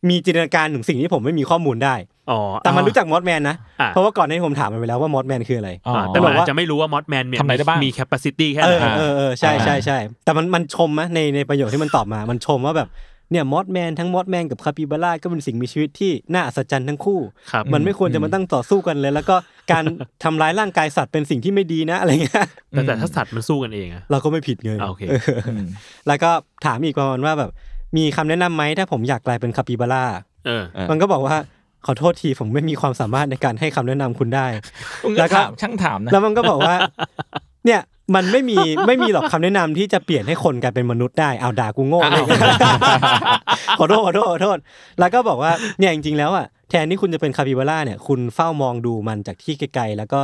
Speaker 2: มีจินตนาการถึงสิ่งที่ผมไม่มีข้อมูลได้
Speaker 4: อ๋อ
Speaker 2: แต่มันรู้จักมอสแมนนะ
Speaker 4: อ่ะ
Speaker 2: เพราะว่าก่อนหนานี้ผมถามมันไปแล้วว่ามอสแมนคืออะไร
Speaker 6: อ๋อ
Speaker 4: อ่ะแต่มันอาจจะไม่รู้ว่ามอสแมน
Speaker 6: ทำอะไรได้บ้าง
Speaker 4: มีแคปซิตี้แค่
Speaker 2: เอ
Speaker 4: ไห
Speaker 2: อน เออเออใช่ใช่ใช่แต่มันมันชมนะในในประโยคที่มันตอบมา มันชมว่าแบบเนี่ยมอสแมนทั้งมอสแมนกับคาปิบาร่าก็เป็นสิ่งมีชีวิตที่น่าอัศจรรย์ทั้งคู่
Speaker 4: ครับ
Speaker 2: มันไม่ควรจะมาตั้งต่อสู้กันเลย แล้วก็การทำร้ายร่างกายสัตว์เป็นสิ่งที่ไม่ดีนะอะไรเงี้ย
Speaker 4: แต่แต่ถ้าสัตว์มันสู้กันเองอะ
Speaker 2: เราก็ไม่ผิดไง
Speaker 4: อ่ะโอเค
Speaker 6: อืม
Speaker 2: แล้วก็ถามอีกประมาณว่าแบบมีคำแนะนำไหมถ้าผมอยากกลายเป็นคาปิบาร่า
Speaker 4: เออ
Speaker 5: เออ
Speaker 2: มันก็บอกว่าขอโทษทีผมไม่มีความสามารถในการให้คำแนะนำคุณได้
Speaker 6: มึง
Speaker 2: แล้
Speaker 6: ก็
Speaker 2: วก็
Speaker 6: ถามช่างถามนะ
Speaker 2: แล้วมันก็บอกว่า เนี่ยมันไม่มีไม่มีหรอกคำแนะนำที่จะเปลี่ยนให้คนกลายเป็นมนุษย์ได้เอาด่ากูโง่เลย ขอโทษขอโทษขอโทษ แล้วก็บอกว่าเนี่ยจริงๆแล้วอ่ะแทนที่คุณจะเป็นคาปิบาร่าเนี่ยคุณเฝ้ามองดูมันจากที่ไกลๆแล้วก็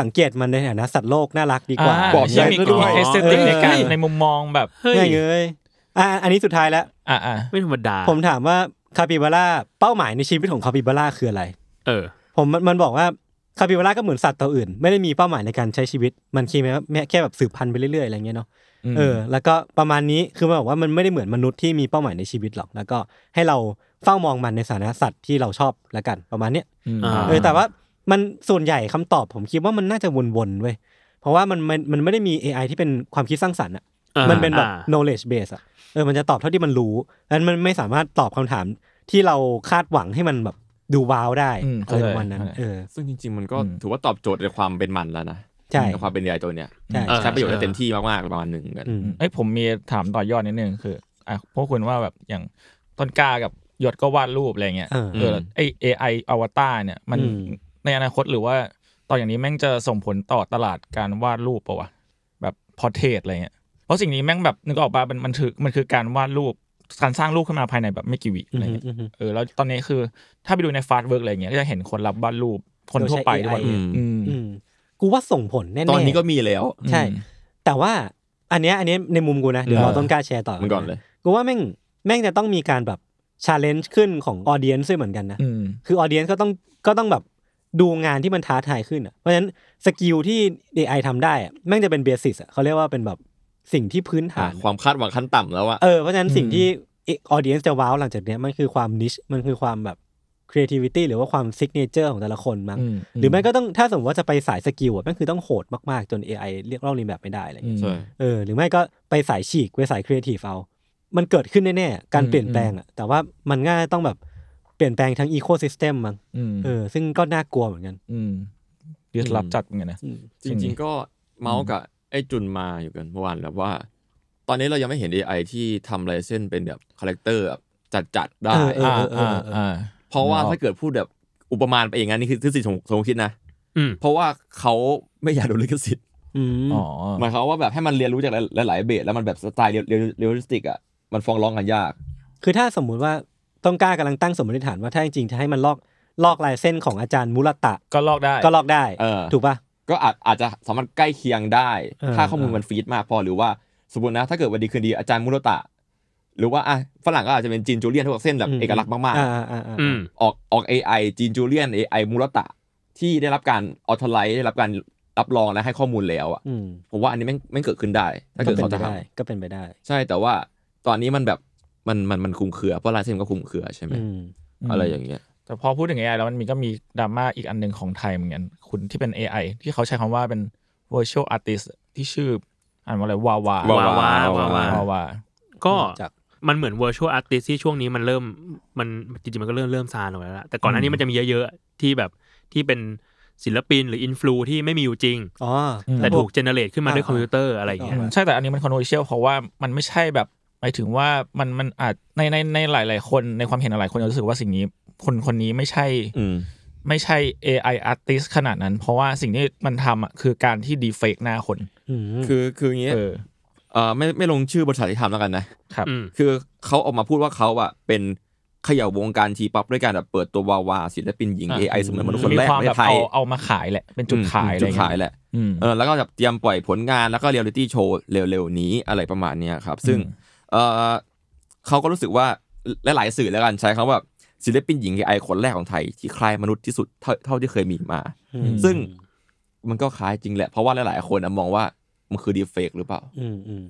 Speaker 2: สังเกตมันในฐานะสัตว์โลกน่ารักดีกว่า
Speaker 5: บอก
Speaker 6: ยังมีกลิ่นเอสเตติก
Speaker 2: เออ
Speaker 6: ในการในมุมมองแบบ
Speaker 4: เฮ้ย
Speaker 2: ง่ายเลยอ่ะอันนี้สุดท้ายแล้ว
Speaker 6: อ่าอ่า
Speaker 4: ไม่ธรรมดา
Speaker 2: ผมถามว่าคาปิบาร่าเป้าหมายในชีวิตของคาปิบาร่าคืออะไร
Speaker 4: เออ
Speaker 2: ผมมันมันบอกว่าคาปิบาร่าก็เหมือนสัตว์ตัวอื่น ไม่ได้มีเป้าหมายในการใช้ชีวิต มันคิดไหมว่าแม่แค่แบบสืบพันธุ์ไปเรื่อยๆอะไรเงี้ยเนาะเออแล้วก็ประมาณนี้คือมันบอกว่ามันไม่ได้เหมือนมนุษย์ที่มีเป้าหมายในชีวิตหรอกแล้วก็ให้เราเฝ้ามองมันในฐานะสัตว์ที่เราชอบละกันประมาณเนี้ย
Speaker 4: อ่า
Speaker 2: เออแต่ว่ามันส่วนใหญ่คำตอบผมคิดว่ามันน่าจะวนๆเว้ยเพราะว่ามันมันมันไม่ได้มี AI ที่เป็นความคิดสร้างสรรค์อะ
Speaker 4: อ่า
Speaker 2: มันเป็นแบบ
Speaker 4: อ่า
Speaker 2: knowledge base อะเออ มันจะตอบเท่าที่มันรู้นั้นมันไม่สามารถตอบคำถามที่เราคาดหวังให้มันแบบดูว้าวได้
Speaker 6: อืม
Speaker 2: อะไรประมาณนั้น
Speaker 6: เข้าใจ
Speaker 2: เออ
Speaker 5: ซึ่งจริง ๆ มันก็
Speaker 6: อืม
Speaker 5: ถือว่าตอบโจทย์ในความเป็นมันแล้วนะ
Speaker 2: ใช่
Speaker 5: ในความเป็นใหญ่ตัวเนี้ย
Speaker 2: ใช่
Speaker 4: เออ
Speaker 5: ใช้ประโยชน์ได้เต็มที่มากๆประมาณหนึ่งกัน
Speaker 2: อืม
Speaker 6: เอ้ยผมมีถามต่อยอดนิดนึงคืออ่ะพวกคุณว่าแบบอย่างต้นกล้ากับหยดก็วาดรูปอะไรเงี้ย
Speaker 2: เออ
Speaker 6: เออไอเอไออวตารเนี่ย มัน
Speaker 2: อืม
Speaker 6: ในอนาคตหรือว่าต่ออย่างนี้แม่งจะส่งผลต่อตลาดการวาดรูปปะวะแบบพอเทสอะไรเงี้ยเพราะสิ่งนี้แม่งแบบนึกออกปะมันมันถือมันคือการวาดรูปการสร้างรูปขึ้นมาภายในแบบไม่กี่วิอะไรเงี้ย
Speaker 2: อืมอืม
Speaker 6: เออแล้วตอนนี้คือถ้าไปดูในฟาสต์เวิร์กอะไรเงี้ยก็จะเห็นคนรับวาดรูปคนทั่วไป
Speaker 2: โดย
Speaker 6: ด้
Speaker 2: ใช้
Speaker 6: วย
Speaker 5: AI
Speaker 6: อืม
Speaker 2: อืมกูว่าส่งผลแน่ๆ
Speaker 5: ตอนนี้ก็มีแล้ว
Speaker 2: ใช่
Speaker 6: อืม
Speaker 2: แต่ว่าอันเนี้ยอันเนี้ยในมุมกูนะ เดี๋ยว
Speaker 5: เออ
Speaker 2: เราต้องกล้าแชร์ต่อ
Speaker 5: มันก่อนเลย
Speaker 2: กูว่าแม่งแม่งจะต้องมีการแบบ challenge ขึ้นของ audience ด้วยเหมือนกันนะ
Speaker 6: อืม
Speaker 2: คือออเดียนก็ต้องก็ต้องแบบดูงานที่มันท้าทายขึ้นอะเพราะฉะนั้นสกิลที่ AI ทำได้อะแม่งจะเป็นเบสิสเขาเรียกว่าเป็นแบบสิ่งที่พื้นฐาน
Speaker 5: ความคาดหวังขั้นต่ำแล้วอะ
Speaker 2: เออเพราะฉะนั้น
Speaker 6: อืม
Speaker 2: สิ่งที่ออเดียนจะว้าวหลังจากเนี้ยมันคือความนิชมันคือความแบบ creativity หรือว่าความ signature ของแต่ละคนมั้ง
Speaker 6: ม
Speaker 2: หรือไม่ก็ต้องถ้าสมมติว่าจะไปสายสกิลอะแม่งคือต้องโหดมากๆ จน AI เรียกเล่าเรียนแบบไม่ได้อะไรอย่างเงี้ย
Speaker 6: อืม
Speaker 5: ใช่
Speaker 2: เออหรือไม่ก็ไปสายฉีกไปสายครีเอทีฟเอา มันเกิดขึ้นแน่ๆการ
Speaker 6: อืม
Speaker 2: เปลี่ยนแปลงอะแต่ว่ามันง่ายต้องแบบเปลี่ยนแปลงทั้ง ecosystem มั้ง
Speaker 6: อืม
Speaker 2: เออซึ่งก็น่ากลัวเหมือนกัน
Speaker 6: อืม ดิสลอฟจัดเหมือนกันนะ
Speaker 5: จริง ๆ ก็เมาส์กับไอ้จุนมาอยู่กันเมื่อวานแล้วว่า ตอนนี้เรายังไม่เห็น AI ที่ทำลายเส้นเป็นแบบคาแรคเตอร์แบบจัดๆได้
Speaker 2: เออเออ
Speaker 6: อ่าอ่าอ่า
Speaker 5: เพราะว่าถ้าเกิดพูดแบบอุปมาไปอย่างนั้นนี่คือทฤษฎีสมสมคบคิดนะ
Speaker 4: อืม
Speaker 5: เพราะว่าเขาไม่อยากโดนลิขสิทธิ์
Speaker 2: อืม
Speaker 6: อ๋อ
Speaker 5: หมายความว่าแบบให้มันเรียนรู้จากหลายๆเบสแล้วมันแบบสไตล์เรียลเรียลเรียลลิสติกอ่ะมันฟ้องร้องกันยาก
Speaker 2: คือถ้าสมมุติว่าต้องกล้ากำลังตั้งสมมติฐานว่าถ้าจริงๆจะให้มันลอกลอกลายเส้นของอาจารย์มุรตะ
Speaker 6: ก็ลอกได้
Speaker 2: ก็ลอกได้
Speaker 5: เออ
Speaker 2: ถูกป่ะ
Speaker 5: ก็อาจอาจจะสามารถใกล้เคียงได้
Speaker 2: เออ
Speaker 5: ถ้าข้อมูลมันฟีดมากพอหรือว่าสมมตินะ ถ้าเกิดวันดีคืนดีอาจารย์มุโรตะ หรือว่าอ่ะฝรั่งก็อาจจะเป็นจีนจูเลียนที่บอกเส้นแบบ
Speaker 2: ม
Speaker 5: เอกลักษณ์มาก
Speaker 2: อ่าอ่าอ่า
Speaker 4: อืม
Speaker 5: ๆ ออกออก AI จีนจูเลียน AI มุโรตะ ที่ได้รับการออทไลท์ได้รับการรับรองและให้ข้อมูลแล้วอ่ะ
Speaker 2: อืม
Speaker 5: ผมว่าอันนี้แม่งแม่งเกิดขึ้นได้ ถ้าเกิดเขาจะทำ
Speaker 2: ก็เป็นไปได้
Speaker 5: ใช่แต่ว่าตอนนี้มันแบบมันมันมันคุมเครือ เพราะลายเส้นมันก็คุมเครือใช่ไหม
Speaker 2: อืม
Speaker 5: อะไรอย่างเงี้ย
Speaker 6: แต่พอพูดถึง AI แล้วมันมีก็มีดราม่าอีกอันหนึ่งของไทยเหมือนกันคุณที่เป็น AI ที่เขาใช้คำว่าเป็น virtual artist ที่ชื่ออ่านว่าอะไรวาวาว
Speaker 5: าว
Speaker 4: าวาว
Speaker 5: วาวา
Speaker 6: วาวา
Speaker 4: ก็
Speaker 2: จาก
Speaker 4: มันเหมือน virtual artist ที่ช่วงนี้มันเริ่มมันจริงๆ มันก็เริ่มเริ่มซาลงไปแล้วล่ะแต่ก่อนหน้านี้มันจะมีเยอะๆ ที่แบบที่เป็นศิลปินหรืออินฟลูที่ไม่มีอยู่จริง
Speaker 2: อ๋อ
Speaker 6: อืม
Speaker 4: แต่ถูกเจเนเรตขึ้นมาด้วย
Speaker 2: อ่า
Speaker 4: คอมพิวเตอร์อะไรอย่างเงี้ย
Speaker 6: ใช่แต่อันนี้มันคอนเวอร์เชียลเพราะว่ามันไม่ใช่แบบหมายถึงว่ามันมันอาจในในในหลาย ๆ คนในความเห็นหลายๆคนจะรู้สึกว่าสิ่งนี้ คนคนนี้ไม่ใช่
Speaker 5: อืม
Speaker 6: ไม่ใช่ AI artist ขนาดนั้น เพราะว่าสิ่งที่มันทำอ่ะคือการที่ดีเฟกหน้าคน
Speaker 2: อืม
Speaker 5: คือคืออย่างเงี้ย
Speaker 6: เออ
Speaker 5: เออไม่ไม่ลงชื่อบริษัทที่ทำแล้วกันนะครับ
Speaker 4: อืม
Speaker 5: คือเขาออกมาพูดว่าเขาอะเป็นเขย่าวงการทีป๊อปด้วยการแบบเปิดตัววาวาศิลปินหญิง
Speaker 6: อ่ะ
Speaker 5: AI เสมือนมนุษย์คน
Speaker 6: มี
Speaker 5: แรก
Speaker 6: ความ
Speaker 5: ใน
Speaker 6: แบบ
Speaker 5: ไทย
Speaker 6: เอาเอามาขายแหละ เป็นจุดขายอะ
Speaker 5: อืม
Speaker 6: ไร
Speaker 5: จุด
Speaker 6: เงี้
Speaker 5: ขายแหละ
Speaker 6: อืม
Speaker 5: เออแล้วก็แบบเตรียมปล่อยผลงานแล้วก็เรียลลิตี้โชว์เร็วๆนี้อะไรประมาณเนี้ยครับ ซึ่ง เออเขาก็รู้สึกว่าและหลายๆสื่อแล้วกันใช้คำว่าศิลปินหญิง AI คนแรกของไทยที่คล้ายมนุษย์ที่สุดเท่าเท่าที่เคยมีมา
Speaker 2: อืม
Speaker 5: ซึ่งมันก็คล้ายจริงแหละ เพราะว่าหลายๆ คนน่ะมองว่ามันคือดีเฟกหรือเปล่า
Speaker 2: อืมอืม